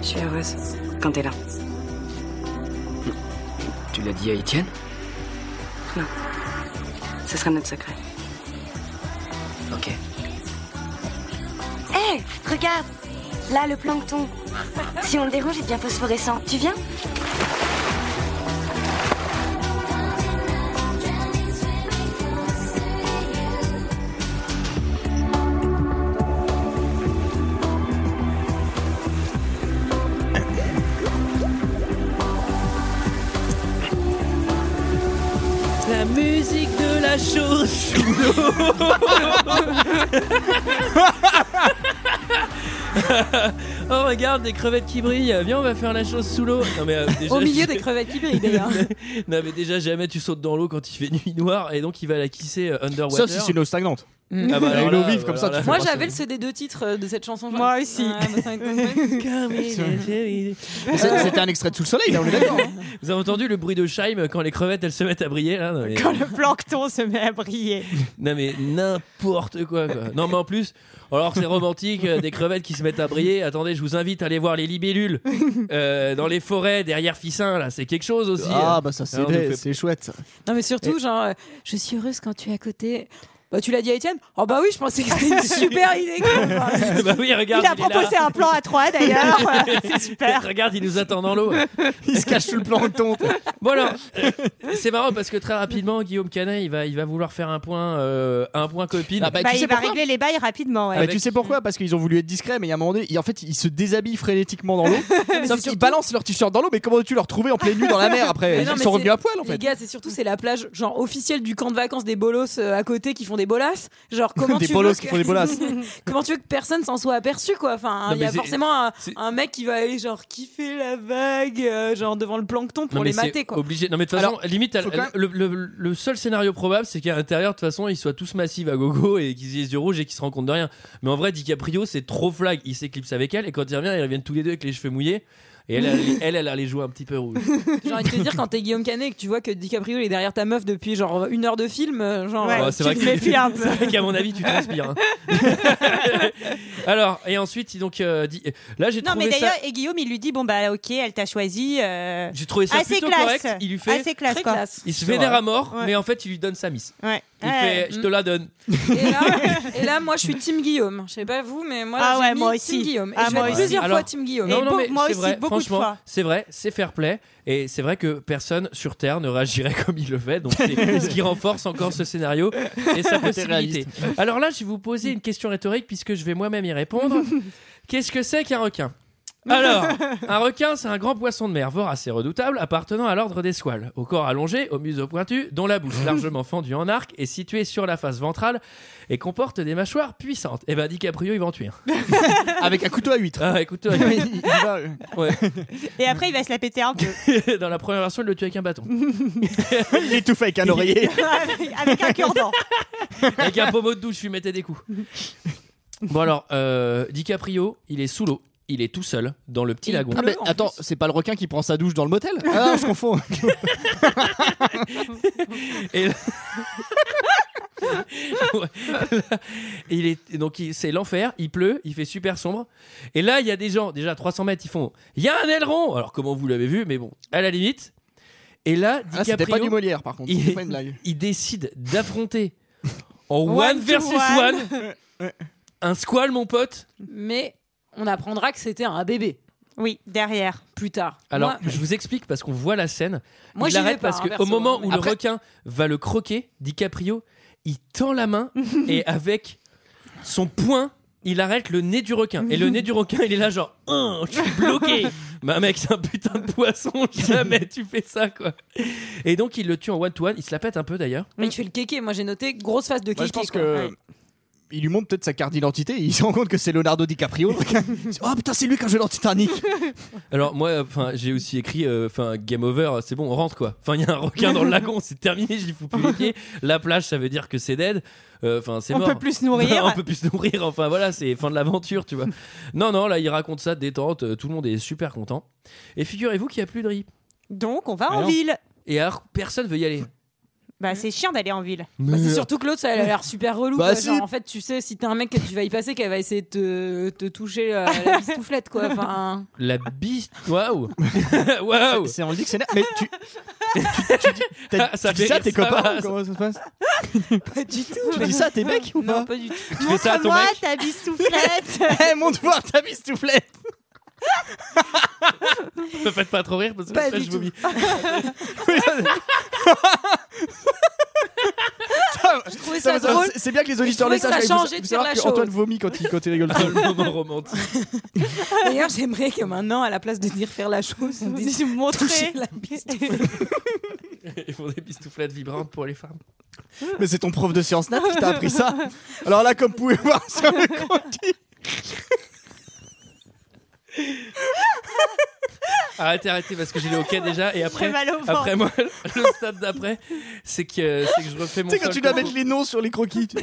J: Je suis heureuse quand t'es là.
K: Tu l'as dit à Étienne
J: Ce sera notre secret.
K: Ok.
J: Hé Regarde Là, le plancton. Si on le dérange, il devient phosphorescent. Tu viens
A: La musique de la chose. oh regarde des crevettes qui brillent. Viens on va faire la chose sous l'eau. Non mais euh, déjà,
I: Au milieu
A: je-
I: des crevettes qui brillent d'ailleurs.
A: Non mais déjà jamais tu sautes dans l'eau quand il fait nuit noire et donc il va la kisser euh, underwater.
F: Sauf si c'est une eau stagnante.
A: Ah bah,
F: Une
A: alors
F: eau
A: là,
F: vive comme
A: alors
F: ça, tu
A: là-
I: Moi j'avais le CD deux titres euh, de cette chanson.
F: Moi aussi.
I: bah,
F: C'est- C'était un extrait de Sous le Soleil, là, on est d'accord. hein.
A: Vous avez entendu le bruit de Scheim quand les crevettes elles se mettent à briller là non, mais...
G: Quand le plancton se met à briller.
A: Non mais n'importe quoi, quoi. Non mais en plus, alors c'est romantique, euh, des crevettes qui se mettent à briller. Attendez, je vous invite à aller voir les libellules euh, dans les forêts derrière Fissin là, c'est quelque chose aussi.
F: Ah, bah ça, c'est
A: Alors, on nous
F: vrai,
A: fait-
F: c'est chouette.
I: Non mais surtout genre euh, je suis heureuse quand tu es à côté. Bah tu l'as dit à Étienne Oh bah oui je pensais que c'était une super idée. quoi. Enfin,
A: bah oui, regarde,
G: Il a
A: il est là.
G: proposé un plan à trois d'ailleurs. C'est super.
A: Regarde, il nous attend dans l'eau.
F: Il se cache sous le plancton. quoi.
A: Bon alors, euh, c'est marrant parce que très rapidement, Guillaume Canet, il va, il va vouloir faire un point, euh, un point copine.
F: Ah, bah,
G: Bah,
F: tu sais
G: il va
F: pourquoi Ah
G: régler les bails rapidement. ouais.
F: Mais
A: Avec-
F: Bah, tu sais pourquoi Parce qu'ils ont voulu être discrets, mais il y a un moment donné, ils- en fait, ils se déshabillent frénétiquement dans l'eau. Sauf qu'ils balancent leur t-shirt dans l'eau, mais comment veux-tu leur trouver en pleine nuit dans la mer après
I: Mais
F: Ils
I: non, mais
F: sont revenus
I: c'est-
F: à poil en
I: Les
F: fait.
I: gars, c'est surtout c'est la plage genre officielle du camp de vacances des bolos euh, à côté qui font des bolasses. Genre comment
F: Des
I: tu
F: bolos
I: veux
F: qui
I: que-
F: font des bolasses.
I: comment tu veux que personne s'en soit aperçu quoi Enfin, hein,
A: Non,
I: il y
A: mais
I: a
A: c'est-
I: forcément un,
A: c'est-
I: un mec qui va aller genre kiffer la vague euh, genre devant le plancton pour
A: Non, mais
I: les
A: c'est
I: mater quoi.
A: Obligé. Non mais de toute façon, limite,
F: faut
A: elle-
F: quand même-
A: le, le- le seul scénario probable, c'est qu'à l'intérieur, de toute façon, ils soient tous massifs à gogo et qu'ils aient les yeux rouges et qu'ils se rendent compte de rien. Mais en vrai, DiCaprio, c'est trop flag. Il s'éclipse avec elle et quand il revient, ils reviennent tous les deux avec les cheveux mouillés. Et elle, elle, elle, elle a les joues un petit peu rouges.
I: J'ai envie de te dire quand t'es Guillaume Canet et que tu vois que DiCaprio il est derrière ta meuf depuis genre une heure de film euh, genre
A: Ouais, Bah,
I: euh,
A: c'est
I: tu
A: vrai
I: te
A: que-
I: méfies un peu.
A: C'est vrai qu'à mon avis, tu transpires. hein. Alors, et ensuite, donc, euh, di- là, j'ai
G: Non, mais
A: trouvé ça.
G: d'ailleurs, et Guillaume, il lui dit Bon, bah, ok, elle t'a choisi. euh,
A: J'ai trouvé ça
G: Assez
A: plutôt
G: classe.
A: correct. Il lui fait.
G: Assez classe,
I: Très
G: quoi.
I: classe.
A: Il se
F: C'est
A: vénère
F: vrai.
A: à mort,
G: Ouais.
A: mais en fait, il lui donne sa miss.
G: Ouais.
A: Il
G: Ouais.
A: fait, je te la donne.
I: Et là, et là, moi, je suis Team Guillaume. Je sais pas vous, mais moi,
G: Ah
I: j'ai
G: ouais,
I: mis
G: moi
I: Team
G: aussi.
I: Guillaume. Et
G: Ah,
I: je vais
G: moi
I: être
A: aussi.
I: plusieurs
A: Alors-
I: fois Team Guillaume.
A: Non,
G: Et
A: non,
G: beau-
A: mais
G: moi
A: c'est
G: aussi,
A: vrai,
G: beaucoup de
A: franchement,
G: fois.
A: c'est vrai, c'est fair play. Et c'est vrai que personne sur Terre ne réagirait comme il le fait, donc c'est ce qui renforce encore ce scénario et sa possibilité. Alors là, je vais vous poser une question rhétorique puisque je vais moi-même y répondre. Qu'est-ce que c'est qu'un requin alors, un requin, c'est un grand poisson de mer, vorace et redoutable, appartenant à l'ordre des soiles, au corps allongé, au museau pointu, dont la bouche, largement fendue en arc, est située sur la face ventrale et comporte des mâchoires puissantes. Eh ben, DiCaprio, il va en tuer un.
F: Avec un couteau à huître.
A: Ah, écoute, toi,
F: Il- il va, euh,
G: Et après, il va se la péter un peu.
A: dans la première version, il le tue avec un bâton.
F: il étouffe avec un oreiller.
G: avec avec un cure-dent.
A: Avec un pommeau de douche, je lui mettais des coups. Bon alors, euh, DiCaprio, il est sous l'eau. Il est tout seul dans le petit
I: Il
A: lagon.
I: pleut.
F: Ah, mais
I: en plus.
F: attends, c'est pas le requin qui prend sa douche dans le motel Ah, non, je confonds.
A: Il est donc il- c'est l'enfer. Il pleut, il fait super sombre. Et là, il y a des gens déjà à 300 mètres. Ils font. Il y a un aileron. Alors comment vous l'avez vu, mais bon, à la limite. Et là,
F: Ah, c'était
A: DiCaprio,
F: pas du Molière par contre.
A: il-
F: C'est pas une blague.
A: il décide d'affronter en one,
G: One to
A: versus one.
G: one.
A: un squal, mon pote.
I: Mais on apprendra que c'était un bébé
G: Oui, derrière.
I: plus tard.
A: Alors,
I: moi,
A: je vous explique parce qu'on voit la scène.
I: moi
A: il
I: j'y vais
A: l'arrête
I: pas,
A: parce
I: hein,
A: que
I: perso,
A: au moment
I: hein,
A: où
I: mais-
A: le requin va le croquer, DiCaprio, il tend la main et avec son poing, il arrête le nez du requin. Et le nez du requin, il est là genre, Hein, je suis bloqué. bah mec, c'est un putain de poisson, jamais tu fais ça quoi. Et donc il le tue en one to one. Il se la pète un peu d'ailleurs.
I: Mais il fait le kéké. Moi, j'ai noté grosse face de
F: Moi,
I: kéké.
F: je pense
I: quoi.
F: que.
I: Ouais.
F: Il lui montre peut-être sa carte d'identité, il se rend compte que c'est Leonardo DiCaprio. Il dit, oh putain, c'est lui quand je dans Titanic.
A: Alors moi, enfin, j'ai aussi écrit, euh, enfin, game over, c'est bon, on rentre quoi. Enfin, il y a un requin dans le lagon, c'est terminé, j'y fous plus les pieds. La plage, ça veut dire que c'est dead. Euh, Enfin, c'est
G: On
A: mort.
G: peut plus se nourrir.
A: on peut plus se nourrir. Enfin voilà, c'est fin de l'aventure, tu vois. Non, non, là, il raconte ça détente. euh, Tout le monde est super content. Et figurez-vous qu'il y a plus de riz.
G: Donc on va en
A: non.
G: ville.
A: Et alors, personne veut y aller.
G: Bah c'est chiant d'aller en ville.
F: Ah,
I: Bah, c'est surtout que l'autre, ça elle a l'air super relou.
A: Bah,
I: quoi.
A: si.
I: Genre, en fait, tu sais, si t'es un mec que tu vas y passer, qu'elle va essayer de te, te toucher euh, la bistouflette, quoi. Enfin,
A: La bise. Waouh. Waouh.
F: C'est on le dit que c'est Mais tu.
A: Ah, ça
F: tu dis
A: fait
F: ça à
A: rire,
F: tes
A: ça
F: copains
A: va,
F: ou Comment ça se passe
I: pas du tout.
F: Tu dis ça à tes mecs ou pas
I: Non, pas du tout.
A: Tu fais ça à ton
G: Moi,
A: mec.
G: ta bistouflette.
F: Eh, monte voir ta bistouflette
A: Me faites pas trop rire parce que
I: Pas
A: après,
I: du
A: je vous
I: tout.
A: dis.
I: Je trouvais ça
F: Non, mais
I: drôle.
F: c'est- C'est bien que les auditeurs
I: trouvais
F: le
I: que ça
F: sachent.
I: changeait de
F: Vous
I: faire
F: savez
I: la
F: qu'Antoine
I: chose.
F: vomit quand il, quand il rigole.
A: le moment romantique.
I: D'ailleurs, j'aimerais que maintenant, à la place de dire faire la chose, on dise montrer la bistouflette.
A: Ils font des bistouflettes vibrantes pour les femmes.
F: Mais c'est ton prof de sciences nat qui t'a appris ça. Alors là, comme vous pouvez voir sur le croquis,
A: Arrêtez, arrêtez, parce que j'ai les hoquets déjà. Et après,
G: J'ai mal au ventre.
A: après moi, le stade d'après, c'est que, c'est que je refais mon.
F: tu sais, quand
A: sol
F: tu dois
A: court.
F: mettre les noms sur les croquis. tu-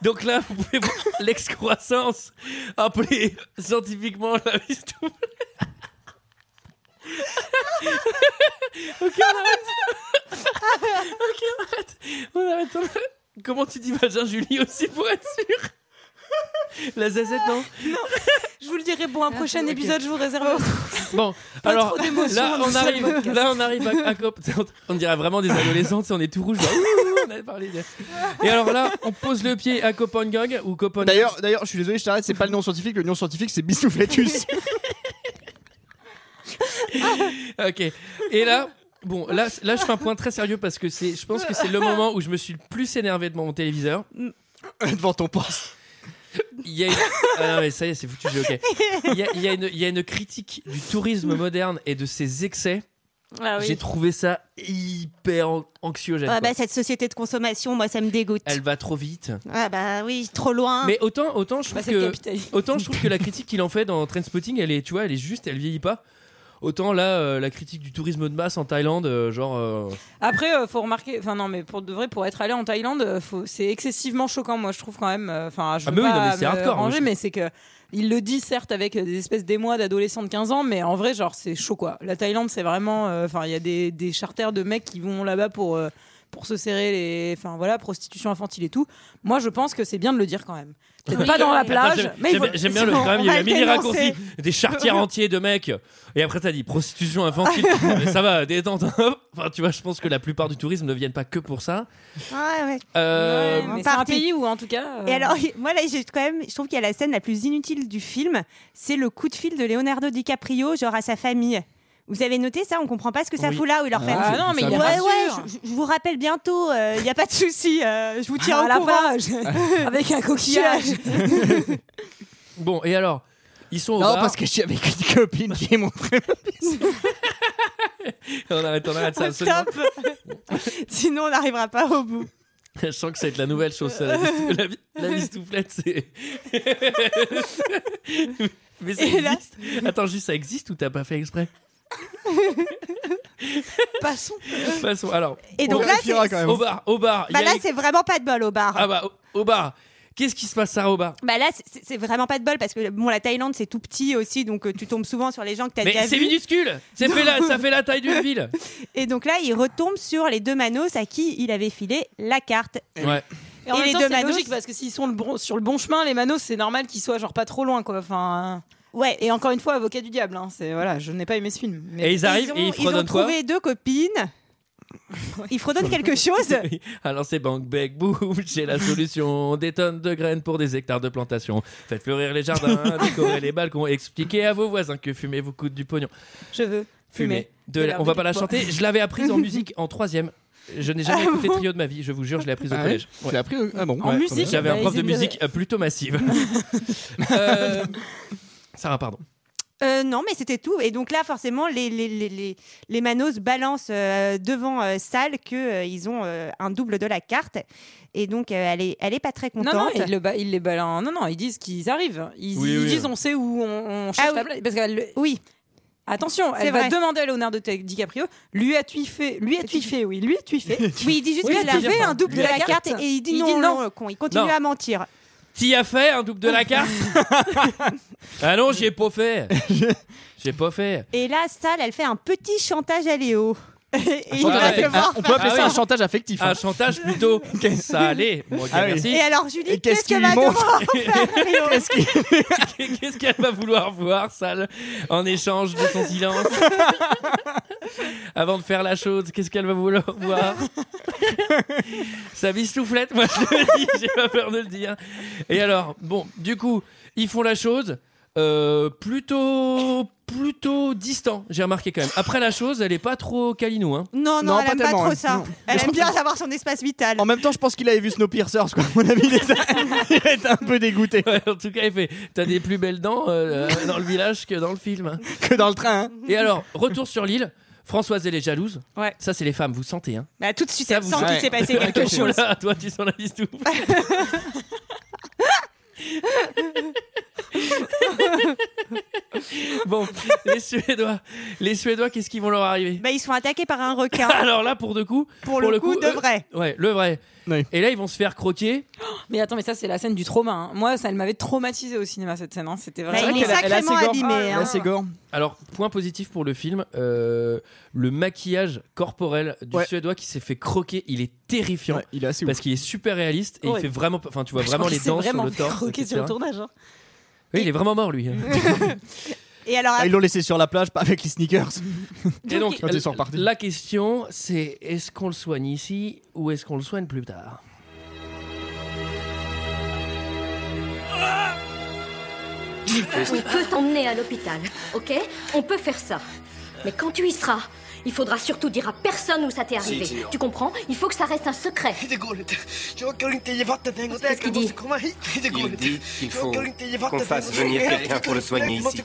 A: Donc là, vous pouvez voir l'excroissance appelée scientifiquement la bistouflette. ok, on arrête. ok, on arrête. On arrête, on arrête. Comment tu dis vagin, Julie, aussi, pour être sûr La zazette, non
I: Je vous le dirai
G: Ah,
I: pour un prochain
A: ok.
I: épisode, je vous réserve.
A: Bon,
I: Pas
A: alors
I: trop d'émotions
A: là
I: dans
A: on
I: ce
A: arrive,
I: podcast.
A: là on arrive à, à cop- on dirait vraiment des adolescents, tu sais, on est tout rouge. genre, ouh, on avait parlé de- Et alors là, on pose le pied à Copenhague ou Copenhague.
F: D'ailleurs, d'ailleurs, je suis désolé, je t'arrête, c'est pas le nom scientifique, le nom scientifique c'est bistoufletus.
A: ok. Et là, bon, là, là je fais un point très sérieux parce que c'est, je pense que c'est le moment où je me suis le plus énervé devant mon téléviseur.
F: Devant ton poste.
A: Il y a une... Ah non, mais ça y est, c'est foutu, j'ai ok. Il y a, il y a une, il y a une critique du tourisme moderne et de ses excès.
G: Ah
A: J'ai trouvé ça hyper an- anxiogène.
G: Ah
A: quoi.
G: bah cette société de consommation, moi ça me dégoûte.
A: Elle va trop vite.
G: Ah bah oui, trop loin.
A: Mais autant, autant
G: Bah,
A: je trouve
I: c'est
A: que
I: le capitalisme.
A: Autant je trouve que la critique qu'il en fait dans Trainspotting, elle est, tu vois, elle est juste, elle vieillit pas. Autant là, euh, la critique du tourisme de masse en Thaïlande, euh, genre. euh,
I: Après, euh, faut remarquer. Enfin, non, mais pour de vrai, pour être allé en Thaïlande, euh, faut- c'est excessivement choquant, moi, je trouve quand même. euh, Enfin, je
A: Ah
I: veux
A: mais oui,
I: pas
A: non, mais c'est
I: me
A: hardcore,
I: ranger,
A: hein, je-
I: mais c'est que. Il le dit certes avec euh, des espèces d'émoi d'adolescents de 15 ans, mais en vrai, genre, c'est chaud quoi. La Thaïlande, c'est vraiment. euh, Enfin, il y a des, des charters de mecs qui vont là-bas pour, euh, pour se serrer les. Enfin, voilà, prostitution infantile et tout. Moi, je pense que c'est bien de le dire quand même. Peut-être
G: Oui,
I: pas dans la
G: oui.
A: Attends,
I: plage,
A: j'aime-
I: mais il
A: j'aime
I: faut-
A: bien- j'aime bien le
G: sinon,
A: quand même,
G: on
A: il y a
G: va
A: le
G: le
A: mini raccourci
G: dénoncer.
A: des chartiers entiers de mecs. Et après t'as dit prostitution infantile. Mais ça va, détente. enfin, tu vois, je pense que la plupart du tourisme ne viennent pas que pour ça.
G: Ouais, Ah, ouais.
A: Euh,
I: Ouais, mais c'est
G: parti.
I: un pays où en tout cas. euh,
G: Et alors, moi là, j'ai quand même, je trouve qu'il y a la scène la plus inutile du film, c'est le coup de fil de Leonardo DiCaprio, genre à sa famille. Vous avez noté ça On comprend pas ce que ça
A: Oui.
G: fout là où il leur fait.
I: Ah non, mais il
G: ouais,
I: est
G: ouais, je, je vous rappelle bientôt, il n'y a pas de souci, euh, je vous tiens
I: Ah, à
G: au
I: la
G: courant.
I: plage avec un coquillage.
A: Bon, et alors ils sont au
F: Non,
A: bar.
F: parce que je suis avec une copine qui est mon frère.
A: On arrête, on arrête ça. absolument.
G: Top Sinon, on n'arrivera pas au bout.
A: Je sens que ça va être la nouvelle chose, ça, la, bistou- la bi- la bistouflette, c'est. Mais ça
G: Et là-
A: existe. Attends, juste, ça existe ou t'as pas fait exprès
I: Passons.
A: Passons. Alors,
G: Et donc
F: On
G: là, c'est
F: vérifiera quand même.
A: au bar, au bar. il y
G: bah,
A: a
G: là,
A: les-
G: c'est vraiment pas de bol au bar.
A: Ah bah, au, au bar. Qu'est-ce qui se passe, Sarah, au bar
G: Bah là, c'est- c'est c'est vraiment pas de bol parce que bon, la Thaïlande, c'est tout petit aussi, donc euh, tu tombes souvent sur les gens que t'as déjà
A: Mais c'est
G: vus.
A: minuscule C'est fait la- Ça fait la taille d'une ville
G: Et donc là, il retombe sur les deux manos à qui il avait filé la carte.
A: Ouais.
I: Et en
G: Et
I: même
G: les
I: temps,
G: deux
I: c'est
G: manos-
I: logique parce que s'ils sont le bon- sur le bon chemin, les manos, c'est normal qu'ils soient genre pas trop loin quoi. Enfin, euh,
G: Ouais.
I: et encore une fois, avocat du diable. hein, c'est voilà, je n'ai pas aimé ce film. Mais
A: Et ils arrivent
G: ont,
A: et ils
G: ont
A: fredonnent quoi
G: trouvé deux copines. Ils fredonnent quelque chose.
A: Alors Ah c'est Bang Bang Boom, j'ai la solution. Des tonnes de graines pour des hectares de plantation. Faites fleurir les jardins, décorez les balcons, expliquez à vos voisins que fumer vous coûte du pognon.
I: je veux
A: Fumer.
I: fumer.
A: De
I: de
A: la-
I: la
A: On va pas la
I: boue.
A: chanter. Je l'avais apprise en musique en troisième. Je n'ai jamais
I: Ah
A: écouté
I: bon
A: Trio de ma vie, je vous jure, je l'ai appris au
F: Ah ouais
A: collège.
F: Tu l'as appris au- ah bon,
I: En
F: ouais.
I: musique
A: J'avais un
I: Bah,
A: prof de
I: ils étaient-
A: musique euh, plutôt massive. Euh, Sarah, pardon.
G: Euh, non, mais c'était tout. Et donc là, forcément, les, les, les, les, les Manos balancent euh, devant euh, Salle qu'ils ont euh, un double de la carte. Et donc, euh, elle, est, elle est pas très
I: Non,
G: contente.
I: non, ils, le ba- ils les balancent. Non, non, ils disent qu'ils arrivent. Ils,
A: Oui,
I: ils
A: oui.
I: disent on sait où on, on cherche
G: Ah
I: la
G: oui.
I: place. Parce qu'elle le-
G: Oui,
I: Attention,
G: C'est
I: elle
G: vrai.
I: va demander à Leonardo DiCaprio, lui a tuiffé, lui a tuiffé, oui, lui a tuiffé.
G: oui, il dit juste
I: Oui,
G: qu'il
I: je
G: a
I: peux dire
G: fait
I: ça.
G: un double de
I: Lui,
G: la
I: la
G: carte.
I: carte.
G: Et il dit
I: Il
G: non,
I: dit
G: non,
I: non.
G: le con. Il continue
A: Non.
G: à mentir.
A: T'y as fait un double de la carte Ah non, j'ai pas fait. J'ai pas fait.
G: Et là, Salle, elle fait un petit chantage à Léo. Et il
A: chantage
G: va
A: affectif.
G: le voir.
F: On peut appeler
A: Ah
F: ça
A: oui.
F: un chantage affectif. hein.
A: Un chantage plutôt. Ça allait. Moi, ok,
F: Ah oui.
A: merci.
G: Et alors, Julie,
F: Et
G: qu'est-ce
F: qu'est-ce
G: qu'elle
F: qu'il
G: va
F: lui montre
G: devoir faire, Léo
A: Qu'est-ce qu'elle va vouloir voir, Salle, en échange de son silence Avant de faire la chose, qu'est-ce qu'elle va vouloir voir Sa soufflette, moi je le dis, j'ai pas peur de le dire. Et alors, bon, du coup, ils font la chose euh, plutôt plutôt distant, j'ai remarqué quand même. Après la chose, elle est pas trop calinou. Hein.
G: Non, non,
F: Non,
G: elle
F: pas
G: aime pas
F: tellement,
G: trop
F: hein.
G: ça.
F: Non.
G: Elle
F: Je
G: aime
F: pense
G: bien avoir son espace vital.
F: En même temps, je pense qu'il avait vu Snowpiercer, quoi. À mon avis, il était, il était un peu dégoûté
A: Ouais, en tout cas, il fait T'as des plus belles dents euh, euh, dans le village que dans le film. hein.
F: que dans le train. hein.
A: Et alors, retour sur l'île. Françoise, elle est jalouse.
G: Ouais.
A: Ça, c'est les femmes, vous sentez. Hein.
G: Bah, tout de suite,
A: Ça
G: elle
A: vous
G: sent
A: a-
G: qu'il s'est passé quelque
A: Attention
G: chose.
A: là, toi, tu sens la liste ouf. bon, les Suédois, les Suédois, qu'est-ce qui vont leur arriver
G: Bah, ils sont attaqués par un requin.
A: Alors là, pour de coup,
G: pour, le, coup, de
A: eux-
G: vrai.
A: ouais, le vrai.
F: Oui.
A: Et là, ils vont se faire croquer.
I: Mais attends, mais ça c'est la scène du trauma. hein. Moi, ça elle m'avait traumatisé au cinéma cette scène. hein. C'était
G: Bah,
I: vraiment.
G: il est
F: qu'elle a- elle a
G: sacrément
F: ses gants.
G: abîmé.
I: Ah,
G: hein.
F: Là, c'est gore.
A: Alors, point positif pour le film, euh, le maquillage corporel du
F: Ouais.
A: Suédois qui s'est fait croquer, il est terrifiant.
F: Ouais, il est assez ouf.
A: Parce qu'il est super réaliste et il
I: Ouais. Bah,
A: fait vraiment, enfin tu vois
I: Je crois
A: vraiment les
I: qu'il s'est
A: dents sur
I: vraiment
A: le
I: fait
A: torse.
I: croquer sur le
A: etc..
I: tournage. hein.
A: Oui, il est vraiment mort lui.
G: Et alors,
F: Ah, ils l'ont laissé sur la plage, pas avec les sneakers.
A: Et donc,
F: Quand ils sont repartis.
A: la question, c'est est-ce qu'on le soigne ici ou est-ce qu'on le soigne plus tard
L: On peut t'emmener à l'hôpital, ok On peut faire ça. Mais quand tu y seras, il faudra surtout dire à personne où ça t'est arrivé.
C: si.
L: tu comprends Il faut que ça reste un secret. Qu'est-ce qu'il dit
E: Il dit qu'il faut qu'on fasse venir quelqu'un pour le soigner ici.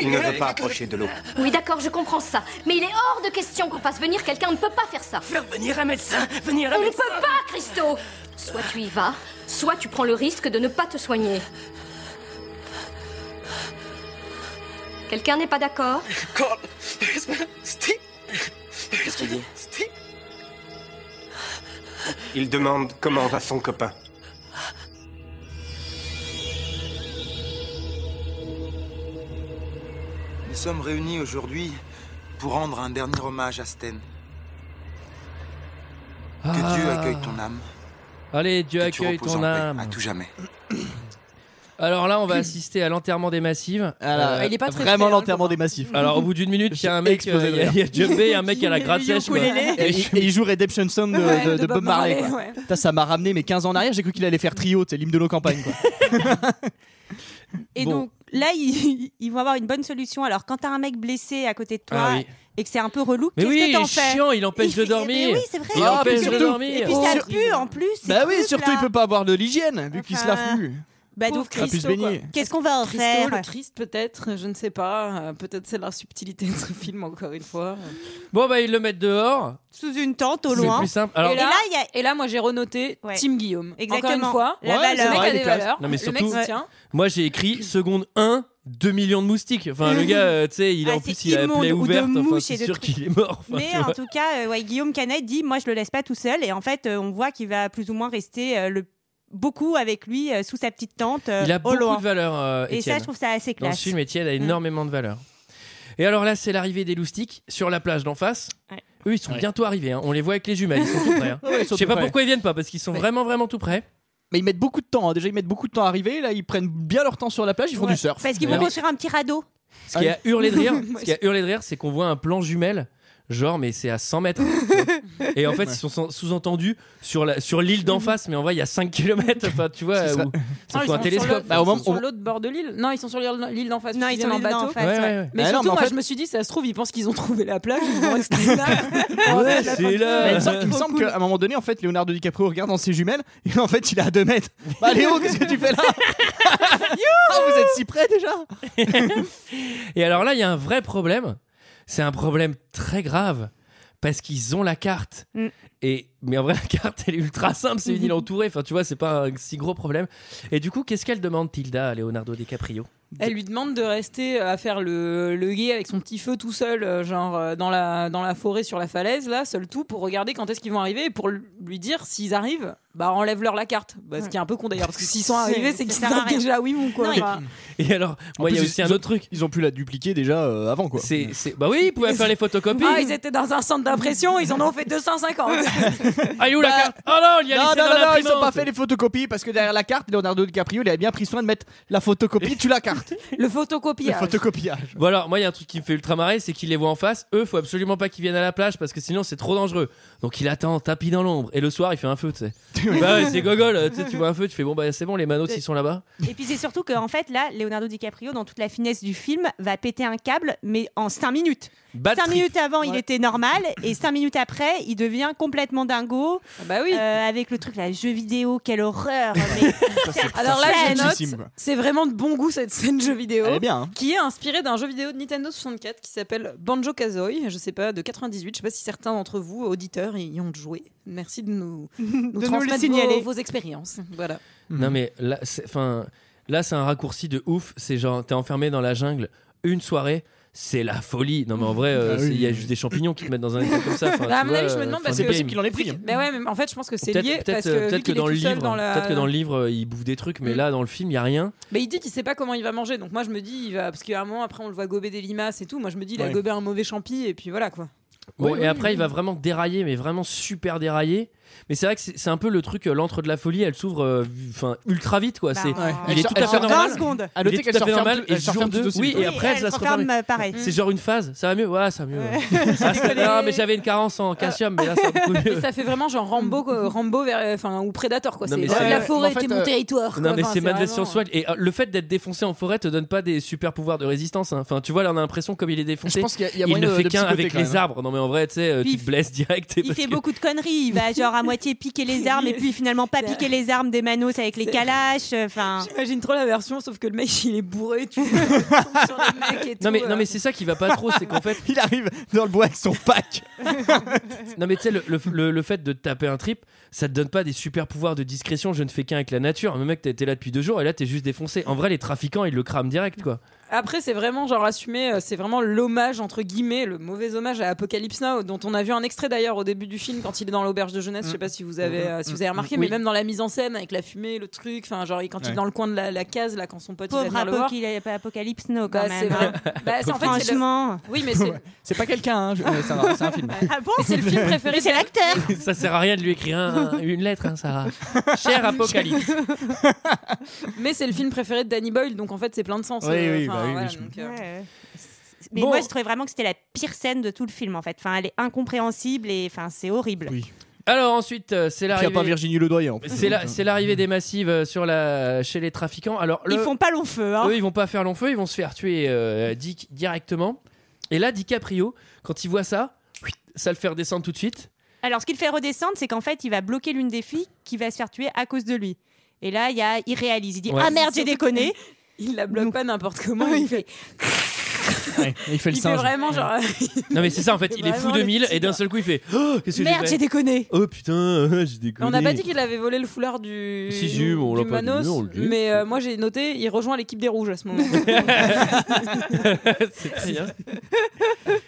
E: Il ne veut pas approcher de l'eau.
L: Oui, d'accord, je comprends ça. Mais il est hors de question qu'on fasse venir quelqu'un. On ne peut pas faire ça.
K: Faire venir un médecin, venir
L: On ne peut pas, Christo Soit tu y vas, soit tu prends le risque de ne pas te soigner. Quelqu'un n'est pas d'accord
C: Qu'est-ce qu'il dit
E: Il demande comment va son copain.
M: Nous sommes réunis aujourd'hui pour rendre un dernier hommage à Sten. Que
B: Ah.
M: Dieu accueille ton âme.
A: Ah. Allez, Dieu
M: que tu
A: accueille
M: reposes
A: ton
M: en paix
A: âme.
M: À tout jamais.
A: Alors là, on va assister à l'enterrement des massives.
F: Ah,
A: Euh,
I: il est pas très
F: Vraiment
I: fédéral,
F: l'enterrement
I: le
F: des massifs.
A: alors au bout d'une minute, il y a un mec,
F: J'ai explosé
A: euh, il
F: de
A: y a-
F: rire.
A: il y a Jumpé, un mec à la gratte sèche. quoi.
F: Et, il- et il joue Redemption Song de,
I: Ouais,
F: de-
I: de
F: de Bob Marley. quoi.
I: ouais.
F: Putain, ça m'a ramené mes 15 ans en arrière, j'ai cru qu'il allait faire trio, c'est l'hymne de nos campagnes. quoi.
G: Et
A: Bon.
G: donc là, ils, ils vont avoir une bonne solution. Alors, quand t'as un mec blessé à côté de toi
A: Ah oui.
G: et que c'est un peu relou,
A: Mais
G: qu'est-ce
A: oui,
G: que
A: il
G: t'en
A: est
G: fais
A: chiant, il empêche
G: Il
A: de
G: fait-
A: dormir.
G: mais oui, c'est vrai.
A: Il
F: Ah, puis
A: empêche de
F: surtout-
G: Et
A: dormir. Oh.
G: puis ça
F: Sur-
G: pue en plus. c'est
F: bah oui,
G: plus,
F: surtout
G: là.
F: il peut pas avoir de l'hygiène, vu qu'il se la
G: Enfin,
F: fout.
G: Bah donc,
I: Pauvre
F: Il a pu se
G: Christo,
I: Christo, quoi.
F: baigner.
G: qu'est-ce qu'on va en
I: Christo,
G: faire
I: le Christ peut-être, je ne sais pas. Euh, peut-être c'est la subtilité de ce film encore une fois.
A: Bon bah ils le mettent dehors.
G: Sous une tente au
A: C'est
G: loin.
A: plus simple. Alors
G: Et là, il y a.
I: Et là, moi j'ai renoté
G: Ouais.
I: Tim Guillaume. Encore
G: Exactement.
I: une fois,
F: Ouais,
G: La valeur.
I: le
F: Ouais,
I: mec a
F: il est
I: des
F: classe.
I: valeurs.
A: Non, mais
I: le mec
A: surtout-
I: se tient.
A: Moi, j'ai écrit seconde 1, 2 millions de moustiques. Enfin, le gars, euh, tu sais, il est
G: Ah,
A: en
G: c'est
A: plus, il a la
G: immonde,
A: plaie
G: ou de
A: ouverte. Enfin,
G: mouches
A: c'est
G: et de
A: sûr
G: trucs.
A: qu'il est mort. Enfin, tu
G: Mais en
A: vois.
G: tout cas, euh, ouais, Guillaume Canet dit Moi, je le laisse pas tout seul. Et en fait, euh, on voit qu'il va plus ou moins rester euh, le... beaucoup avec lui euh, sous sa petite tente. euh,
A: il a
G: au
A: beaucoup
G: loin.
A: de valeur, euh,
G: Et ça,
A: Étienne.
G: je trouve ça assez
A: Dans ce
G: classe. Mm.
A: film, Étienne a énormément de valeur. Et alors là, c'est l'arrivée des loustiques sur la plage d'en face.
G: Ouais.
A: Eux, ils sont
F: Ouais.
A: bientôt arrivés. hein. On les voit avec les jumelles. Ils sont tout prêts. hein. Je sais pas pourquoi ils viennent pas, parce qu'ils sont
F: Ouais.
A: vraiment, vraiment tout prêts.
F: Mais ils mettent beaucoup de temps, hein. déjà ils mettent beaucoup de temps à arriver, là ils prennent bien leur temps sur la plage, ils font
G: Ouais.
F: du surf.
G: Parce qu'ils vont
A: Alors-
F: Ah
G: construire un petit radeau.
A: Ce qui a hurlé de rire, ce
I: Ouais.
A: qui a hurlé de rire, c'est qu'on voit un plan jumelle genre, mais c'est à 100 mètres. et en fait, ils sont sans- sous-entendus sur la- sur l'île d'en face, mais en vrai, il y a 5 km. Enfin, tu vois, où,
I: Non,
A: ça
I: Ah, ils
A: faut un
I: sont sur
A: télescope. Bah,
I: l'autre- ils sont sur l'autre bord de l'île. Non, ils sont sur l'île l'île d'en face.
G: Non, ils
I: excusez,
G: sont
I: en
G: l'île d'en
I: bateau.
G: face, Ouais, ouais. ouais.
I: Mais
A: Ah non,
I: surtout,
A: mais en
I: moi,
A: fait-
I: je me suis dit, ça se trouve, ils pensent qu'ils ont trouvé la plage. Ils vont rester là. Alors,
A: Ouais,
I: à la
A: c'est
I: fin du
A: là.
F: Mais il me
I: film,
F: semble, il me
I: trop
F: semble
I: cool.
F: qu'à un moment donné, en fait, Leonardo DiCaprio regarde dans ses jumelles et en fait, il est à 2 mètres. Bah, Léo, qu'est-ce que tu fais là Ah, Vous êtes si près déjà
A: Et alors là, il y a un vrai problème. C'est un problème très grave parce qu'ils ont la carte.
G: Mm.
A: Et mais en vrai, la carte elle est ultra simple. C'est une île entourée. Enfin, tu vois, c'est pas un si gros problème. Et du coup, qu'est-ce qu'elle demande Tilda à Leonardo DiCaprio
I: Elle lui demande de rester euh, à faire le, le guet avec son petit feu tout seul, euh, genre euh, dans la, dans la forêt sur la falaise, là, seul tout, pour regarder quand est-ce qu'ils vont arriver et pour l- lui dire s'ils arrivent, bah enlève-leur la carte. Bah, ce qui est un peu con d'ailleurs, parce que s'ils sont arrivés,
G: Ça
I: c'est qu'ils
G: sert à
I: savent
G: rien.
I: déjà oui ou quoi.
G: Non, et
I: enfin.
A: Et alors, moi, il y a
F: plus,
A: aussi
F: ils
A: un
F: ont-
A: autre truc.
F: Ils ont pu la dupliquer déjà euh, avant quoi.
A: C'est, c'est- Bah oui, ils pouvaient faire les photocopies.
I: Ah, ils étaient dans un centre d'impression, ils en ont fait 250.
A: Ah, il est où la
I: Bah,
A: carte Oh non, il y a
F: Non,
A: laissé
F: non,
A: dans
F: non, non, ils
A: l'imprimante.
F: ont pas fait les photocopies parce que derrière la carte, Leonardo DiCaprio, il avait bien pris soin de mettre la photocopie, tu la carte.
I: Le hein.
F: Le
I: photocopiage.
F: photocopiage.
A: Bon alors, moi, il y a un truc qui me fait ultra marrer, c'est qu'il les voit en face. Eux, faut absolument pas qu'ils viennent à la plage parce que sinon, c'est trop dangereux. Donc, il attend, tapis dans l'ombre. Et le soir, il fait un feu, tu sais. bah ouais, c'est gogol. euh, Tu sais, tu vois un feu, tu fais bon, bah c'est bon, les manos, ils sont là-bas.
G: Et puis c'est surtout qu'en fait, là, Leonardo DiCaprio, dans toute la finesse du film, va péter un câble, mais en 5 minutes.
A: Bad
G: 5
A: trip.
G: minutes avant, il était normal, et 5 minutes après, il devient complètement dingo.
I: bah oui.
G: euh, avec le truc là, jeu vidéo, quelle horreur. mais cette
I: Alors là,
G: scène.
I: je
F: Gentissime, quoi.
I: note, c'est vraiment de bon goût cette scène jeu vidéo.
F: Elle est bien, hein.
I: Qui est inspirée d'un jeu vidéo de Nintendo 64 qui s'appelle Banjo Kazooie, je sais pas, de 98. Je sais pas si certains d'entre vous, auditeurs, y ont joué. Merci de nous, nous Mmh.
G: nous le
I: transmettre
G: signaler.
I: vos, vos expériences. Voilà.
A: Non, mais là, c'est, enfin, là, c'est un raccourci de ouf. C'est genre, t'es enfermé dans la jungle une soirée. C'est la folie. Non, mais en vrai, euh,
F: Ah
A: c'est- il
F: oui.
A: y a juste des champignons qui te mettent dans un état comme ça. Enfin,
I: Bah, à
A: tu
I: mon
A: vois,
I: avis, je me
A: euh,
I: demande
A: fin
I: parce
A: du
I: que-
A: game.
F: qu'il en ait pris.
I: Mais bah ouais, mais en fait, je pense que c'est
A: Peut-être,
I: lié
A: peut-être,
I: parce
A: euh,
I: que,
A: peut-être
I: vu qu'il est
A: dans le
I: tout seul
A: livre,
I: dans la-
A: peut-être que dans le livre, euh, il bouffe des trucs, mais
I: Mm.
A: là, dans le film, il y a rien.
I: Mais il dit qu'il sait pas comment il va manger. Donc moi, je me dis, il va parce qu'à un moment après, on le voit gober des limaces et tout. Moi, je me dis, il a
F: Ouais.
I: gobé un mauvais champi et puis voilà quoi.
A: Bon, et après, il va vraiment dérailler, mais vraiment super dérailler. Mais c'est vrai que c'est c'est un peu le truc, euh, l'antre de la folie, elle s'ouvre euh, enfin, ultra vite, quoi.
G: Bah,
A: Ah, c'est
G: ouais.
A: Il
F: Elle
A: est
F: se-
A: tout
F: elle
A: à
F: se
A: fait
F: referme.
A: normal.
G: 15 secondes.
F: À
A: Il
F: noter
A: est
F: qu'elle
A: tout à
F: se
A: fait
F: referme
A: normal.
F: tout-
A: Et
F: elle se
A: jour
F: referme
A: deux-
F: tout aussi,
A: oui,
F: quoi.
A: et après,
G: elle
A: ça
G: se
A: se referme.
G: referme, euh, pareil.
A: C'est genre une phase, ça va mieux, ouais, ça va mieux. Ah, c'était bien, mais j'avais une carence en calcium, mais là, ça va beaucoup mieux.
I: Et Ah. ça fait vraiment genre Rambo, quoi, Rambo vers, enfin, ou Predator quoi.
A: Non,
I: C'est
A: mais
I: la,
A: c'est-
I: la
A: Ouais,
I: forêt,
F: mais en fait,
I: t'es mon
F: euh,
I: territoire. quoi.
A: Non, mais
I: Enfin,
A: c'est Mad
I: vraiment-
A: version Swag. Et euh, le fait d'être défoncé en forêt te donne pas des super pouvoirs de résistance. hein. Enfin, tu vois, là, on a l'impression, comme il est
F: Je
A: défoncé,
F: pense qu'il y a- il y a
A: il
F: moyen
A: ne
F: de-
A: fait
F: de
A: qu'un
F: psychoter,
A: avec
F: quand même. hein.
A: les arbres. Non, mais en vrai, tu sais, euh,
G: Puis
A: tu
G: il
A: te blesses direct.
G: Il
A: parce
G: fait
A: que-
G: beaucoup de conneries. Il va genre à moitié piquer les armes et puis finalement pas piquer les armes des manos avec les
I: C'est-
G: calaches. euh, Enfin,
I: J'imagine euh, trop la version, sauf que le mec il est bourré, tu vois, il tombe sur les mecs et tout.
A: Non, mais,
I: euh.
A: non, mais c'est ça qui va pas trop, c'est qu'en fait,
F: Il arrive dans le bois avec son pack.
A: Non mais tu sais, le, le, le- le fait de te taper un trip, ça te donne pas des super pouvoirs de discrétion, je ne fais qu'un avec la nature. Le mec, t'es t'es là depuis deux jours et là, t'es juste défoncé. En vrai, les trafiquants, ils le crament direct, quoi.
I: Après, c'est vraiment genre assumé, euh, c'est vraiment l'hommage entre guillemets, le mauvais hommage à Apocalypse Now, dont on a vu un extrait d'ailleurs au début du film quand il est dans l'auberge de jeunesse. Je sais pas si vous avez, euh, si vous avez remarqué,
A: Mm. Oui.
I: mais même dans la mise en scène avec la fumée, le truc, enfin genre il- quand il est
F: Ouais.
I: dans le coin de la, la case là, quand son pote il va
G: pauvre
I: venir le voir.
G: Apo- qu'il ait pas Apocalypse No quand
I: Bah, c'est
G: même.
I: vrai.
G: hein.
I: Bah, c'est- en fait, c'est le-
G: Franchement.
I: Oui, mais c'est
F: C'est pas quelqu'un, hein, je- euh, Sarah, c'est un film.
G: Ah bon
I: mais c'est le film préféré.
G: Mais c'est l'acteur.
A: ça sert à rien de lui écrire un- un- une lettre, hein, Sarah. Cher Apocalypse.
I: Mais c'est le film préféré de Danny Boyle, donc en fait c'est plein de sens.
F: Oui,
I: euh,
F: oui,
I: enfin,
F: bah oui,
I: voilà,
F: oui, je-
I: donc, euh,
G: Ouais. Mais
A: Bon.
G: moi, je trouvais vraiment que c'était la pire scène de tout le film, en fait. Enfin, elle est incompréhensible et enfin, c'est horrible.
F: Oui.
A: Alors ensuite, euh, c'est
F: Il n'y a pas
A: l'arrivée.
F: Virginie Ledoyen. en plus.
A: C'est la- c'est l'arrivée des massives euh, sur la, chez les trafiquants. Alors, le-
G: Ils font pas long feu, hein.
A: eux, ils vont pas faire long feu, ils vont se faire tuer euh, Dick directement. Et là, DiCaprio, quand il voit ça, ça le fait redescendre tout de suite.
G: Alors, ce qu'il fait redescendre, c'est qu'en fait, il va bloquer l'une des filles qui va se faire tuer à cause de lui. Et là, il, y a, il réalise, il dit
A: Ouais.
G: Ah merde, j'ai déconné
I: il la bloque pas n'importe
G: Ah,
I: comment. Il fait,
F: Ouais, il fait le
I: il fait
F: singe.
I: vraiment genre.
A: Non, mais c'est ça en fait, il est fou
I: Vraiment, les
A: 2000 et
I: petits
A: d'un seul coup, il fait Oh, qu'est-ce que j'ai
G: Merde,
A: fait
G: j'ai déconné
A: Oh putain, euh, j'ai déconné.
I: On n'a pas dit qu'il avait volé le foulard du,
A: Si, si, bon, on
I: du
A: l'a pas dit,
I: Manos,
A: on le dit.
I: mais euh, moi j'ai noté, il rejoint l'équipe des Rouges à ce moment.
A: C'est très bien.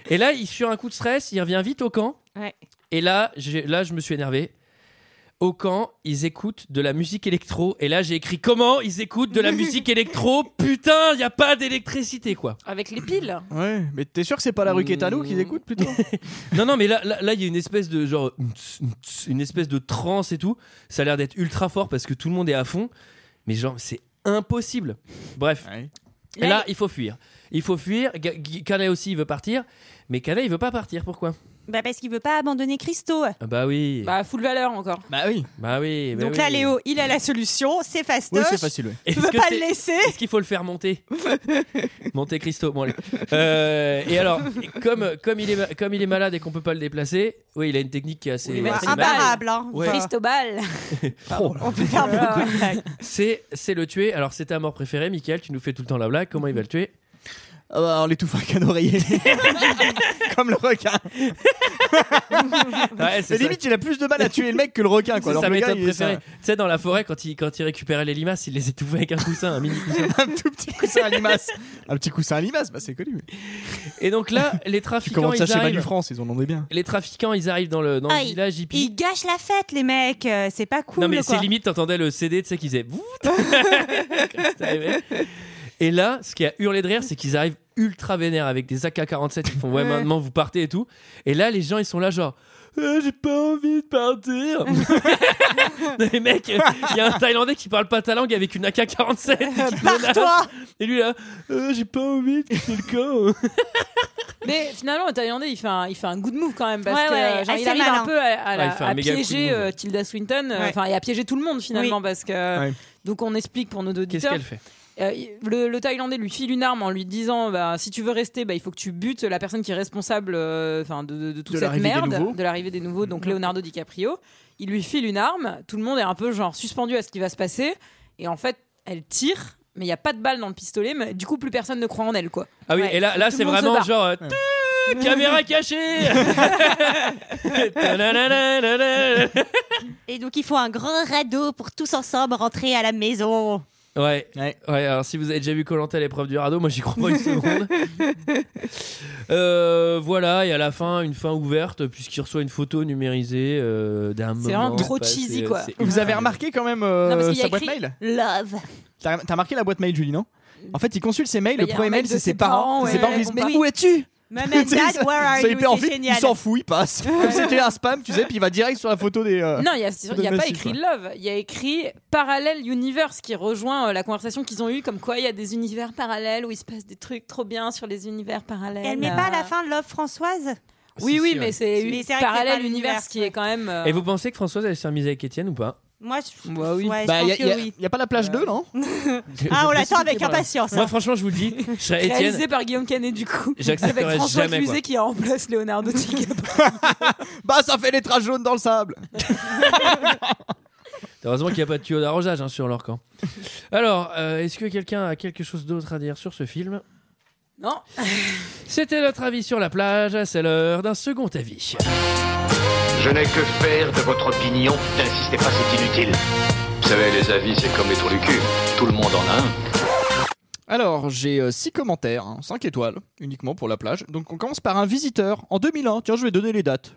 A: Et là, il sur un coup de stress, il revient vite au camp.
G: Ouais.
A: Et là, j'ai- là, je me suis énervé. Au camp, ils écoutent de la musique électro. Et là, j'ai écrit comment ils écoutent de la musique électro Putain, il n'y a pas d'électricité, quoi.
I: Avec les piles.
F: Ouais, mais t'es sûr que c'est pas la rue Quétano qu'ils écoutent plutôt
A: Non, non, mais là, là, là, il y a une espèce de genre, une espèce de transe et tout. Ça a l'air d'être ultra fort parce que tout le monde est à fond. Mais genre, c'est impossible. Bref. Et là, il faut fuir. Il faut fuir. Ga- Ga- Kana aussi, il veut partir. Mais Kana, il veut pas partir. Pourquoi
G: Bah parce qu'il veut pas abandonner Christo.
A: Ah Bah oui.
I: Bah, full valeur encore.
F: Bah oui.
A: Bah oui. bah
G: Donc
A: oui.
G: là, Léo, il a la solution, c'est fastoche.
A: Est-ce
G: Il veut
A: que
G: pas
A: c'est-
G: le laisser.
A: Est-ce qu'il faut le faire monter Monter Christo. Bon, allez. Euh, et alors, comme, comme, il est, ma- comme il est malade et qu'on peut pas le déplacer, oui, il a une technique qui est assez.
I: lui mettre
A: assez
I: une
A: balle.
G: Imparable, hein.
A: Ouais.
I: Cristobal.
F: Oh
G: On peut faire beaucoup de blagues.
A: C'est c'est le tuer. Alors, c'est ta mort préférée, Michael. Tu nous fais tout le temps la blague. Comment il va le tuer
F: Ah bah, on l'étouffe avec un oreiller. Comme le requin.
A: Ouais, c'est
F: Mais
A: ça.
F: limite, il a plus de mal à tuer le mec que le requin. Quoi.
A: C'est
F: Alors
A: sa
F: que le gars,
A: méthode
F: il est ça.
A: préférée. Tu sais, dans la forêt, quand il, quand il récupérait les limaces, il les étouffait avec un coussin, un mini coussin.
F: un tout petit coussin à limace. Un petit coussin à limace, bah, c'est connu.
A: Et donc là, les
F: Tu
A: trafiquants,
F: commences ça
A: ils
F: chez Manu
A: arrivent.
F: France, ils en ont des biens.
A: Les trafiquants, ils arrivent dans le, dans
G: Ah,
A: le
G: il-
A: village hippie.
G: Ils gâchent la fête, les mecs. euh, C'est pas cool.
A: non mais
G: quoi.
A: c'est limite, t'entendais le CD, tu sais qu'ils faisaient. Bouh Quand c'est arrivé. Et là, ce qui a hurlé de rire, c'est qu'ils arrivent ultra vénères avec des AK-47. Ils font ouais,
I: Ouais.
A: maintenant vous partez et tout. Et là, les gens, ils sont là genre. Euh, J'ai pas envie de partir. Non, mais mec, il y a un Thaïlandais qui parle pas ta langue avec une AK-47. qui menace. Et lui là, Euh, j'ai pas envie de quitter le camp.
I: Mais finalement, le Thaïlandais, il fait un, il fait un good move quand même parce
G: Ouais,
I: que euh,
G: ouais,
I: genre, il
G: assez
I: arrive
G: malin.
I: un peu à, à la-
A: Ouais, il fait un
I: à
A: méga good
I: piéger
A: move, ouais.
I: euh, Tilda Swinton, euh,
G: Ouais.
I: enfin, et à piéger tout le monde finalement
G: Oui.
I: parce que.
F: Ouais.
I: Donc on explique pour nos
A: Qu'est-ce
I: auditeurs.
A: qu'elle fait
I: Euh, il- le, le Thaïlandais lui file une arme en lui disant bah, si tu veux rester, bah, il faut que tu butes la personne qui est responsable euh, enfin, de, de- de toute
F: De
I: cette
F: l'arrivée des nouveaux. Mhm.
I: merde, de l'arrivée des nouveaux, donc Leonardo DiCaprio. Il lui file une arme, tout le monde est un peu genre suspendu à ce qui va se passer, et en fait, elle tire, mais il n'y a pas de balle dans le pistolet, mais du coup, plus personne ne croit en elle. quoi.
A: Ah oui,
I: Ouais,
A: et là, là
I: tout
A: c'est
I: le monde se
A: vraiment
I: barre.
A: genre. euh, Tuut, Caméra cachée Ta-da-da-da-da-da.
G: Et donc, il faut un grand radeau pour tous ensemble rentrer à la maison.
A: Ouais.
F: Ouais.
A: Ouais, alors si vous avez déjà vu Colanta l'épreuve du radeau, moi j'y crois pas une seconde. Euh, voilà, et à la fin, une fin ouverte, puisqu'il reçoit une photo numérisée euh, d'un moment.
I: C'est vraiment trop
A: passé,
I: cheesy,
A: euh,
I: quoi.
A: c'est
F: Vous
A: ultra
F: avez
A: nul.
F: remarqué quand même euh,
I: Ah. Non, parce qu'il y a
F: sa boîte
I: écrit-
F: mail
G: Love.
F: T'as t'as remarqué la boîte mail, Julie, non En fait, il consulte ses mails.
I: Bah,
F: le
I: y a un
F: premier
I: mail
F: mail,
I: de
F: c'est
I: ses
F: ses parents. C'est
I: parents, ouais.
F: ses parents qui disent
I: Oui. Ah,
F: Mais où es-tu
G: Mom
F: Tu
G: and
F: sais,
G: Dad, where are
F: ça
G: you?
F: hyper en
G: C'est
F: fait, il
G: génial.
F: s'en fout, il passe. Comme c'était un spam, tu sais, puis il va direct sur la photo des. euh,
I: Non, il n'y a, il y a
F: Dommage,
I: pas
F: c'est
I: écrit Love, il y a écrit Parallel Universe qui rejoint euh, la conversation qu'ils ont eue, comme quoi il y a des univers parallèles où il se passe des trucs trop bien sur les univers parallèles.
G: Elle met pas
I: euh,
G: à la fin Love Françoise
I: Oui,
A: Si,
I: oui,
A: si, ouais.
I: mais c'est
G: Mais c'est
I: une-
G: vrai que c'est pas
I: Parallèle
G: l'univers,
I: Universe qui est quand même. euh,
A: Et vous pensez que Françoise elle s'est remise avec Étienne ou pas
G: Moi, je,
I: Bah oui.
G: ouais, je
F: Bah, il
G: pense
F: y a-
G: que
F: il y a,
G: oui.
F: il y a pas la plage 2, non
G: Ah, on l'attend
A: Expliquez
G: avec
A: par là.
G: impatience.
A: Moi
G: hein.
A: franchement, je vous le dis, je serais Étienne.
I: Réalisé par Guillaume Canet du coup.
A: J'accepterai
I: Avec François
A: jamais, quoi.
I: Cluzet qui remplace Leonardo DiCaprio.
F: Bah, ça fait les traces jaunes dans le sable.
A: Heureusement qu'il n'y a pas de tuyau d'arrosage hein, sur leur camp. Alors, euh, est-ce que quelqu'un a quelque chose d'autre à dire sur ce film
I: non
A: C'était notre avis sur la plage, c'est l'heure d'un second avis.
B: Je n'ai que faire de votre opinion. N'insistez pas, c'est inutile.
E: Vous savez, les avis, c'est comme les trous du cul. Tout le monde en a un.
F: Alors, j'ai 6 commentaires, 5 étoiles, uniquement pour la plage. Donc, on commence par un visiteur en 2001. Tiens, je vais donner les dates.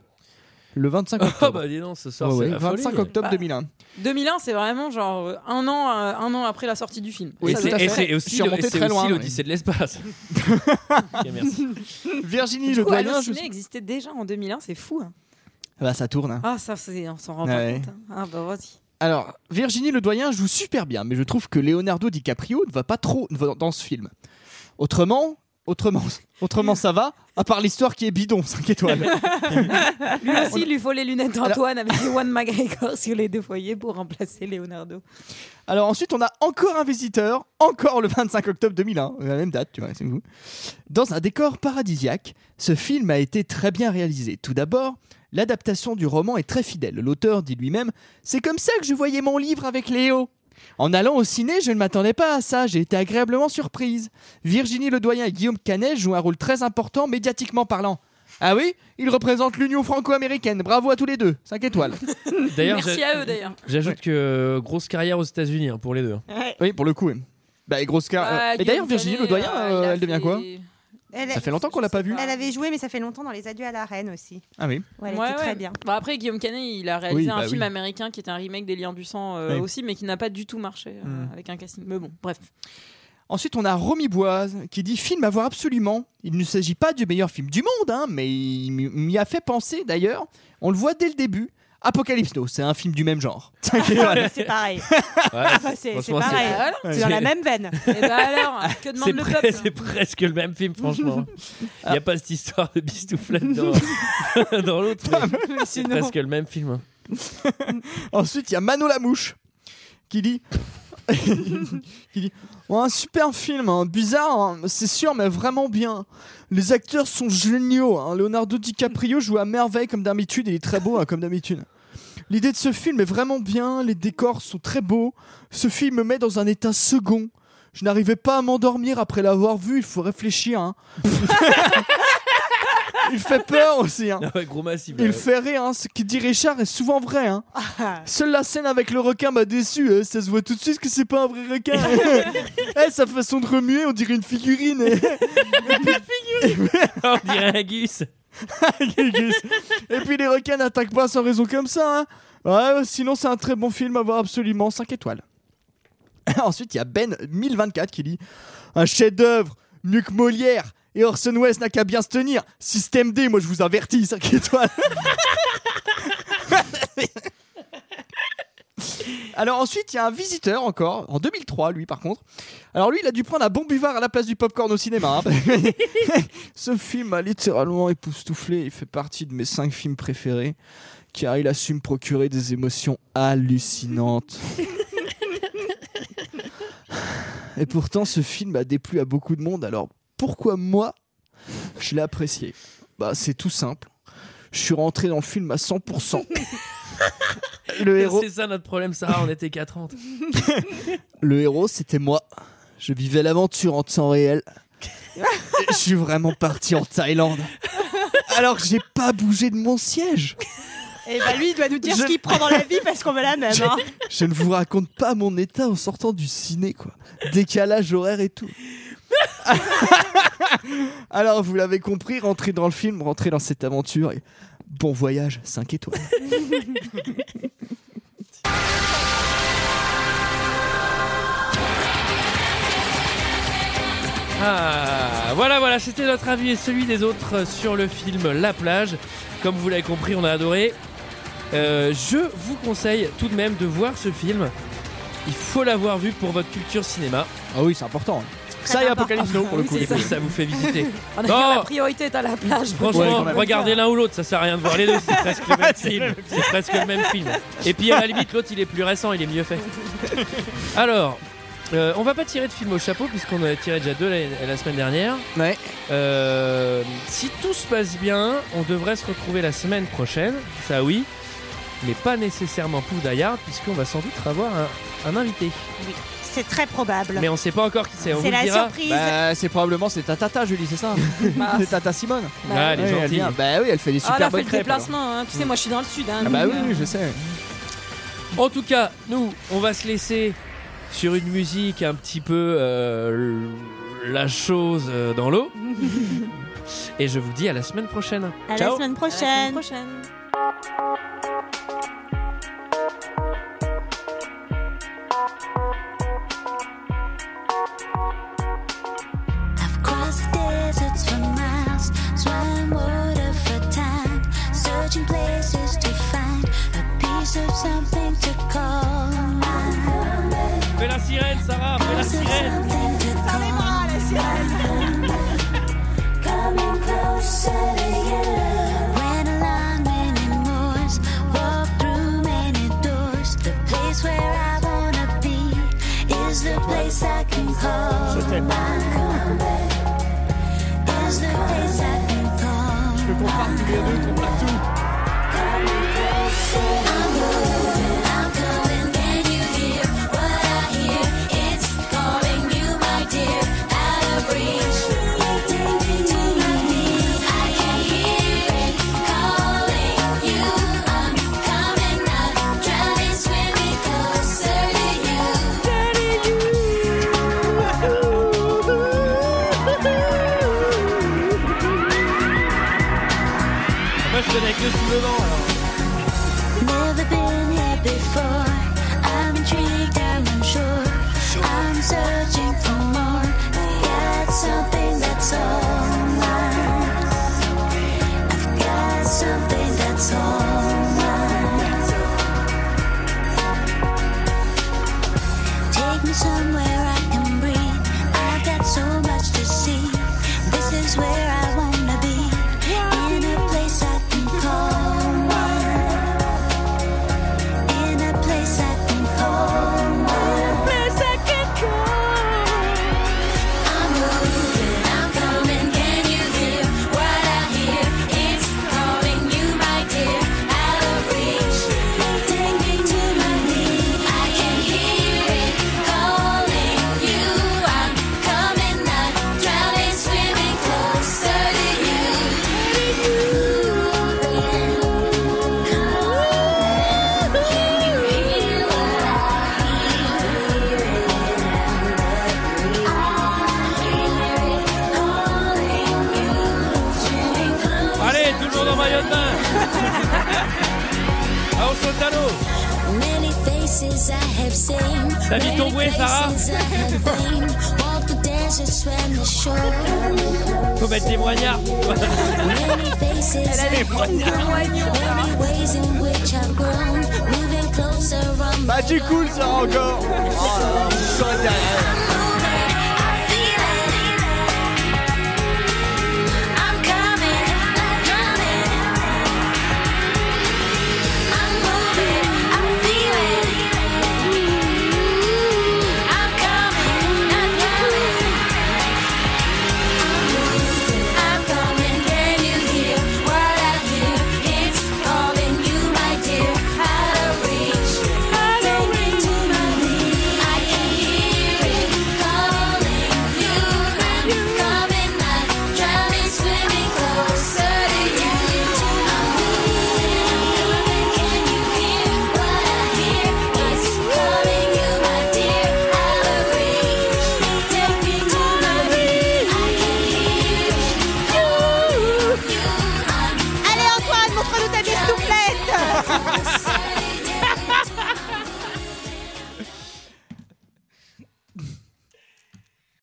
F: Le 25
A: Oh
F: octobre.
A: bah dis donc, ce soir c'est
F: Ouais, ouais,
A: la
F: 25
A: folie.
F: octobre
I: Bah,
F: 2001.
I: 2001, c'est vraiment genre euh, un an, euh, un an après la sortie du film.
F: Oui,
A: et
I: Ça,
F: tout à
A: c'est- et
F: fait.
A: c'est
F: Je
A: aussi,
F: suis
A: le- et
F: remonté
A: c'est
F: très
A: aussi
F: loin,
A: l'Odyssée de l'espace. Ok, merci.
F: Virginie
I: Du
F: Le
I: coup,
F: Doyen. je-
I: Allociné existait déjà en 2001, c'est fou. hein.
F: Bah, ça tourne. hein.
I: Ah, ça, c'est- on s'en rend
F: Ouais.
I: pas compte. hein. Ah, bah vas-y.
F: Alors, Virginie Le Doyen joue super bien, mais je trouve que Leonardo DiCaprio ne va pas trop dans- dans ce film. Autrement, autrement, autrement ça va, à part l'histoire qui est bidon, 5 étoiles.
I: Lui aussi, il lui faut les lunettes d'Antoine avec Ewan McGregor sur les deux foyers pour remplacer Leonardo.
F: Alors ensuite, on a encore un visiteur, encore le 25 octobre 2001, euh, la même date, tu vois, c'est vous. Dans un décor paradisiaque, ce film a été très bien réalisé. Tout d'abord, l'adaptation du roman est très fidèle. L'auteur dit lui-même C'est comme ça que je voyais mon livre avec Léo. En allant au ciné, je ne m'attendais pas à ça, j'ai été agréablement surprise. Virginie Ledoyen et Guillaume Canet jouent un rôle très important médiatiquement parlant. Ah oui Ils représentent l'Union franco-américaine, bravo à tous les deux, 5 étoiles.
A: D'ailleurs,
I: Merci
A: j'a-
I: à eux d'ailleurs.
A: j'ajoute que euh, grosse carrière aux États-Unis hein, pour les deux.
G: Ouais.
F: Oui, pour le coup. oui. Bah, et grosse car-
I: Ah,
F: Et d'ailleurs,
I: Guillaume
F: Virginie
I: Canet,
F: Ledoyen,
I: euh, il a
F: elle devient
I: fait-
F: quoi
G: Elle,
F: Ça fait longtemps qu'on l'a pas vu.
G: elle avait joué, mais ça fait longtemps dans Les Adieux à la Reine aussi.
F: Ah oui.
G: Ouais, elle
I: Ouais,
G: était
I: ouais.
G: très bien.
I: Bah, après, Guillaume Canet, il a réalisé
F: Oui,
I: un
F: bah
I: film
F: oui.
I: américain qui était un remake des Liens du Sang euh,
F: Oui.
I: aussi, mais qui n'a pas du tout marché euh,
F: Hmm.
I: avec un casting. Mais bon, bref.
F: Ensuite, on a Romy Boise qui dit film à voir absolument. Il ne s'agit pas du meilleur film du monde, hein, mais il m'y a fait penser d'ailleurs. On le voit dès le début. Apocalypse Now, c'est un film du même genre. T'inquiète
G: Ah,
F: pas.
G: mais c'est pareil. Ah, bah, c'est c'est
A: franchement, c'est-
G: pareil.
A: Ah,
G: C'est
A: non.
G: dans la même veine.
I: Et bah alors, que demande
A: C'est
I: le
A: pre-
I: peuple
A: c'est presque le même film, franchement. Il n'y a pas cette histoire de bistouflette dans, dans l'autre. mais
F: mais
A: C'est
F: sinon.
A: presque le même film. hein.
F: Ensuite, il y a Mano la mouche qui dit qui dit Ouais, un super film, hein. bizarre, hein. c'est sûr, mais vraiment bien. Les acteurs sont géniaux. hein. Leonardo DiCaprio joue à merveille comme d'habitude et il est très beau hein, comme d'habitude. L'idée de ce film est vraiment bien, les décors sont très beaux. Ce film me met dans un état second. Je n'arrivais pas à m'endormir après l'avoir vu, il faut réfléchir. hein. il fait peur aussi. hein.
A: Ah ouais, Groumas, il-
F: Il fait rire, hein. ce qu'il dit Richard est souvent vrai. Hein. Seule la scène avec le requin m'a déçu, hein. ça se voit tout de suite que c'est pas un vrai requin. Eh, sa façon de remuer, on dirait une figurine. Et puis-
A: On dirait un Gus.
F: Et puis les requins n'attaquent pas sans raison comme ça. hein. Ouais, sinon c'est un très bon film à voir absolument, 5 étoiles. Ensuite, il y a Ben 1024 qui dit un chef-d'œuvre, mieux que Molière. Et Orson Welles n'a qu'à bien se tenir. Système D, moi je vous avertis, 5 étoiles. Alors ensuite, il y a un visiteur encore, en 2003, lui par contre. Alors lui, il a dû prendre un bon buvard à la place du popcorn au cinéma. hein. Ce film m'a littéralement époustouflé. Il fait partie de mes 5 films préférés, car il a su me procurer des émotions hallucinantes. Et pourtant, ce film a déplu à beaucoup de monde. Alors, pourquoi moi, je l'ai apprécié Bah, c'est tout simple. Je suis rentré dans le film à 100%. Le héros-
A: C'est ça notre problème, Sarah. On était qu'à 30.
F: Le héros, c'était moi. Je vivais l'aventure en temps réel. Et Je suis vraiment parti en Thaïlande. Alors, j'ai pas bougé de mon siège.
G: Et bah lui, il doit nous dire
F: Je-
G: ce qu'il prend dans la vie parce qu'on veut la même. hein.
F: Je ne vous raconte pas mon état en sortant du ciné, quoi. Décalage horaire et tout. Alors, vous l'avez compris, rentrez dans le film, rentrez dans cette aventure et bon voyage, 5 étoiles.
A: Ah, voilà, voilà, c'était notre avis et celui des autres sur le film La plage. Comme vous l'avez compris, on a adoré. Euh, je vous conseille tout de même de voir ce film. Il faut l'avoir vu pour votre culture cinéma.
F: Ah oui, c'est important.
I: Ça Très et important. Apocalypse Now, pour le Ah oui, coup. c'est
A: Et
I: ça.
A: puis, ça vous fait visiter.
I: On a
A: Bon,
I: bien la priorité est à la plage.
A: Franchement, regardez l'un ou l'autre, ça sert à rien de voir les deux, c'est presque le même film. C'est presque le même film. Et puis à la limite, l'autre il est plus récent, il est mieux fait. Alors, euh, on va pas tirer de film au chapeau puisqu'on en a tiré déjà deux la, la semaine dernière. Euh,
F: Ouais.
A: si tout se passe bien, on devrait se retrouver la semaine prochaine, ça oui, mais pas nécessairement pour Dayard puisqu'on va sans doute avoir un, un invité.
G: Oui, c'est très probable.
A: Mais on sait pas encore qui c'est. on
G: C'est
A: vous le
G: la
A: dira.
G: surprise.
F: Bah, c'est probablement c'est ta tata, Julie, c'est ça
I: Bah,
F: C'est tata Simone.
A: Ah, elle est
F: Oui,
A: gentille.
F: vient. Bah oui, elle fait des
I: Ah,
F: super
I: là, fait
F: bonnes
I: le
F: crêpes. alors.
I: déplacement. hein. Tu sais, moi, je suis dans le sud. hein,
F: Ah bah
I: donc,
F: oui,
I: euh,
F: oui, je sais.
A: En tout cas, nous, on va se laisser sur une musique un petit peu euh, l- la chose euh, dans l'eau. Et je vous dis à la semaine prochaine.
G: À la
A: Ciao.
G: semaine
I: À la
G: prochaine.
I: semaine prochaine.
N: Crossed deserts for miles, swam water for time, searching places to find a piece of something to call mine.
A: Fais la sirène, Sarah, fais la
N: Piece of
A: sirène.
N: something to call mine. Coming closer to you. Went along many moors, walked through many doors. The place where I wanna be is the place I can call mine. Is the place I can call
A: Moi, je connais que sous le vent. alors.
N: Never been here before. places I have seen.
A: T'as mis ton bouet, Sarah
N: Places I have been. Walk the desert, swam the shore.
A: Faut mettre des moignards.
N: Elle a des
F: Bah, du cool, ça encore. Oh là là, vous serez derrière.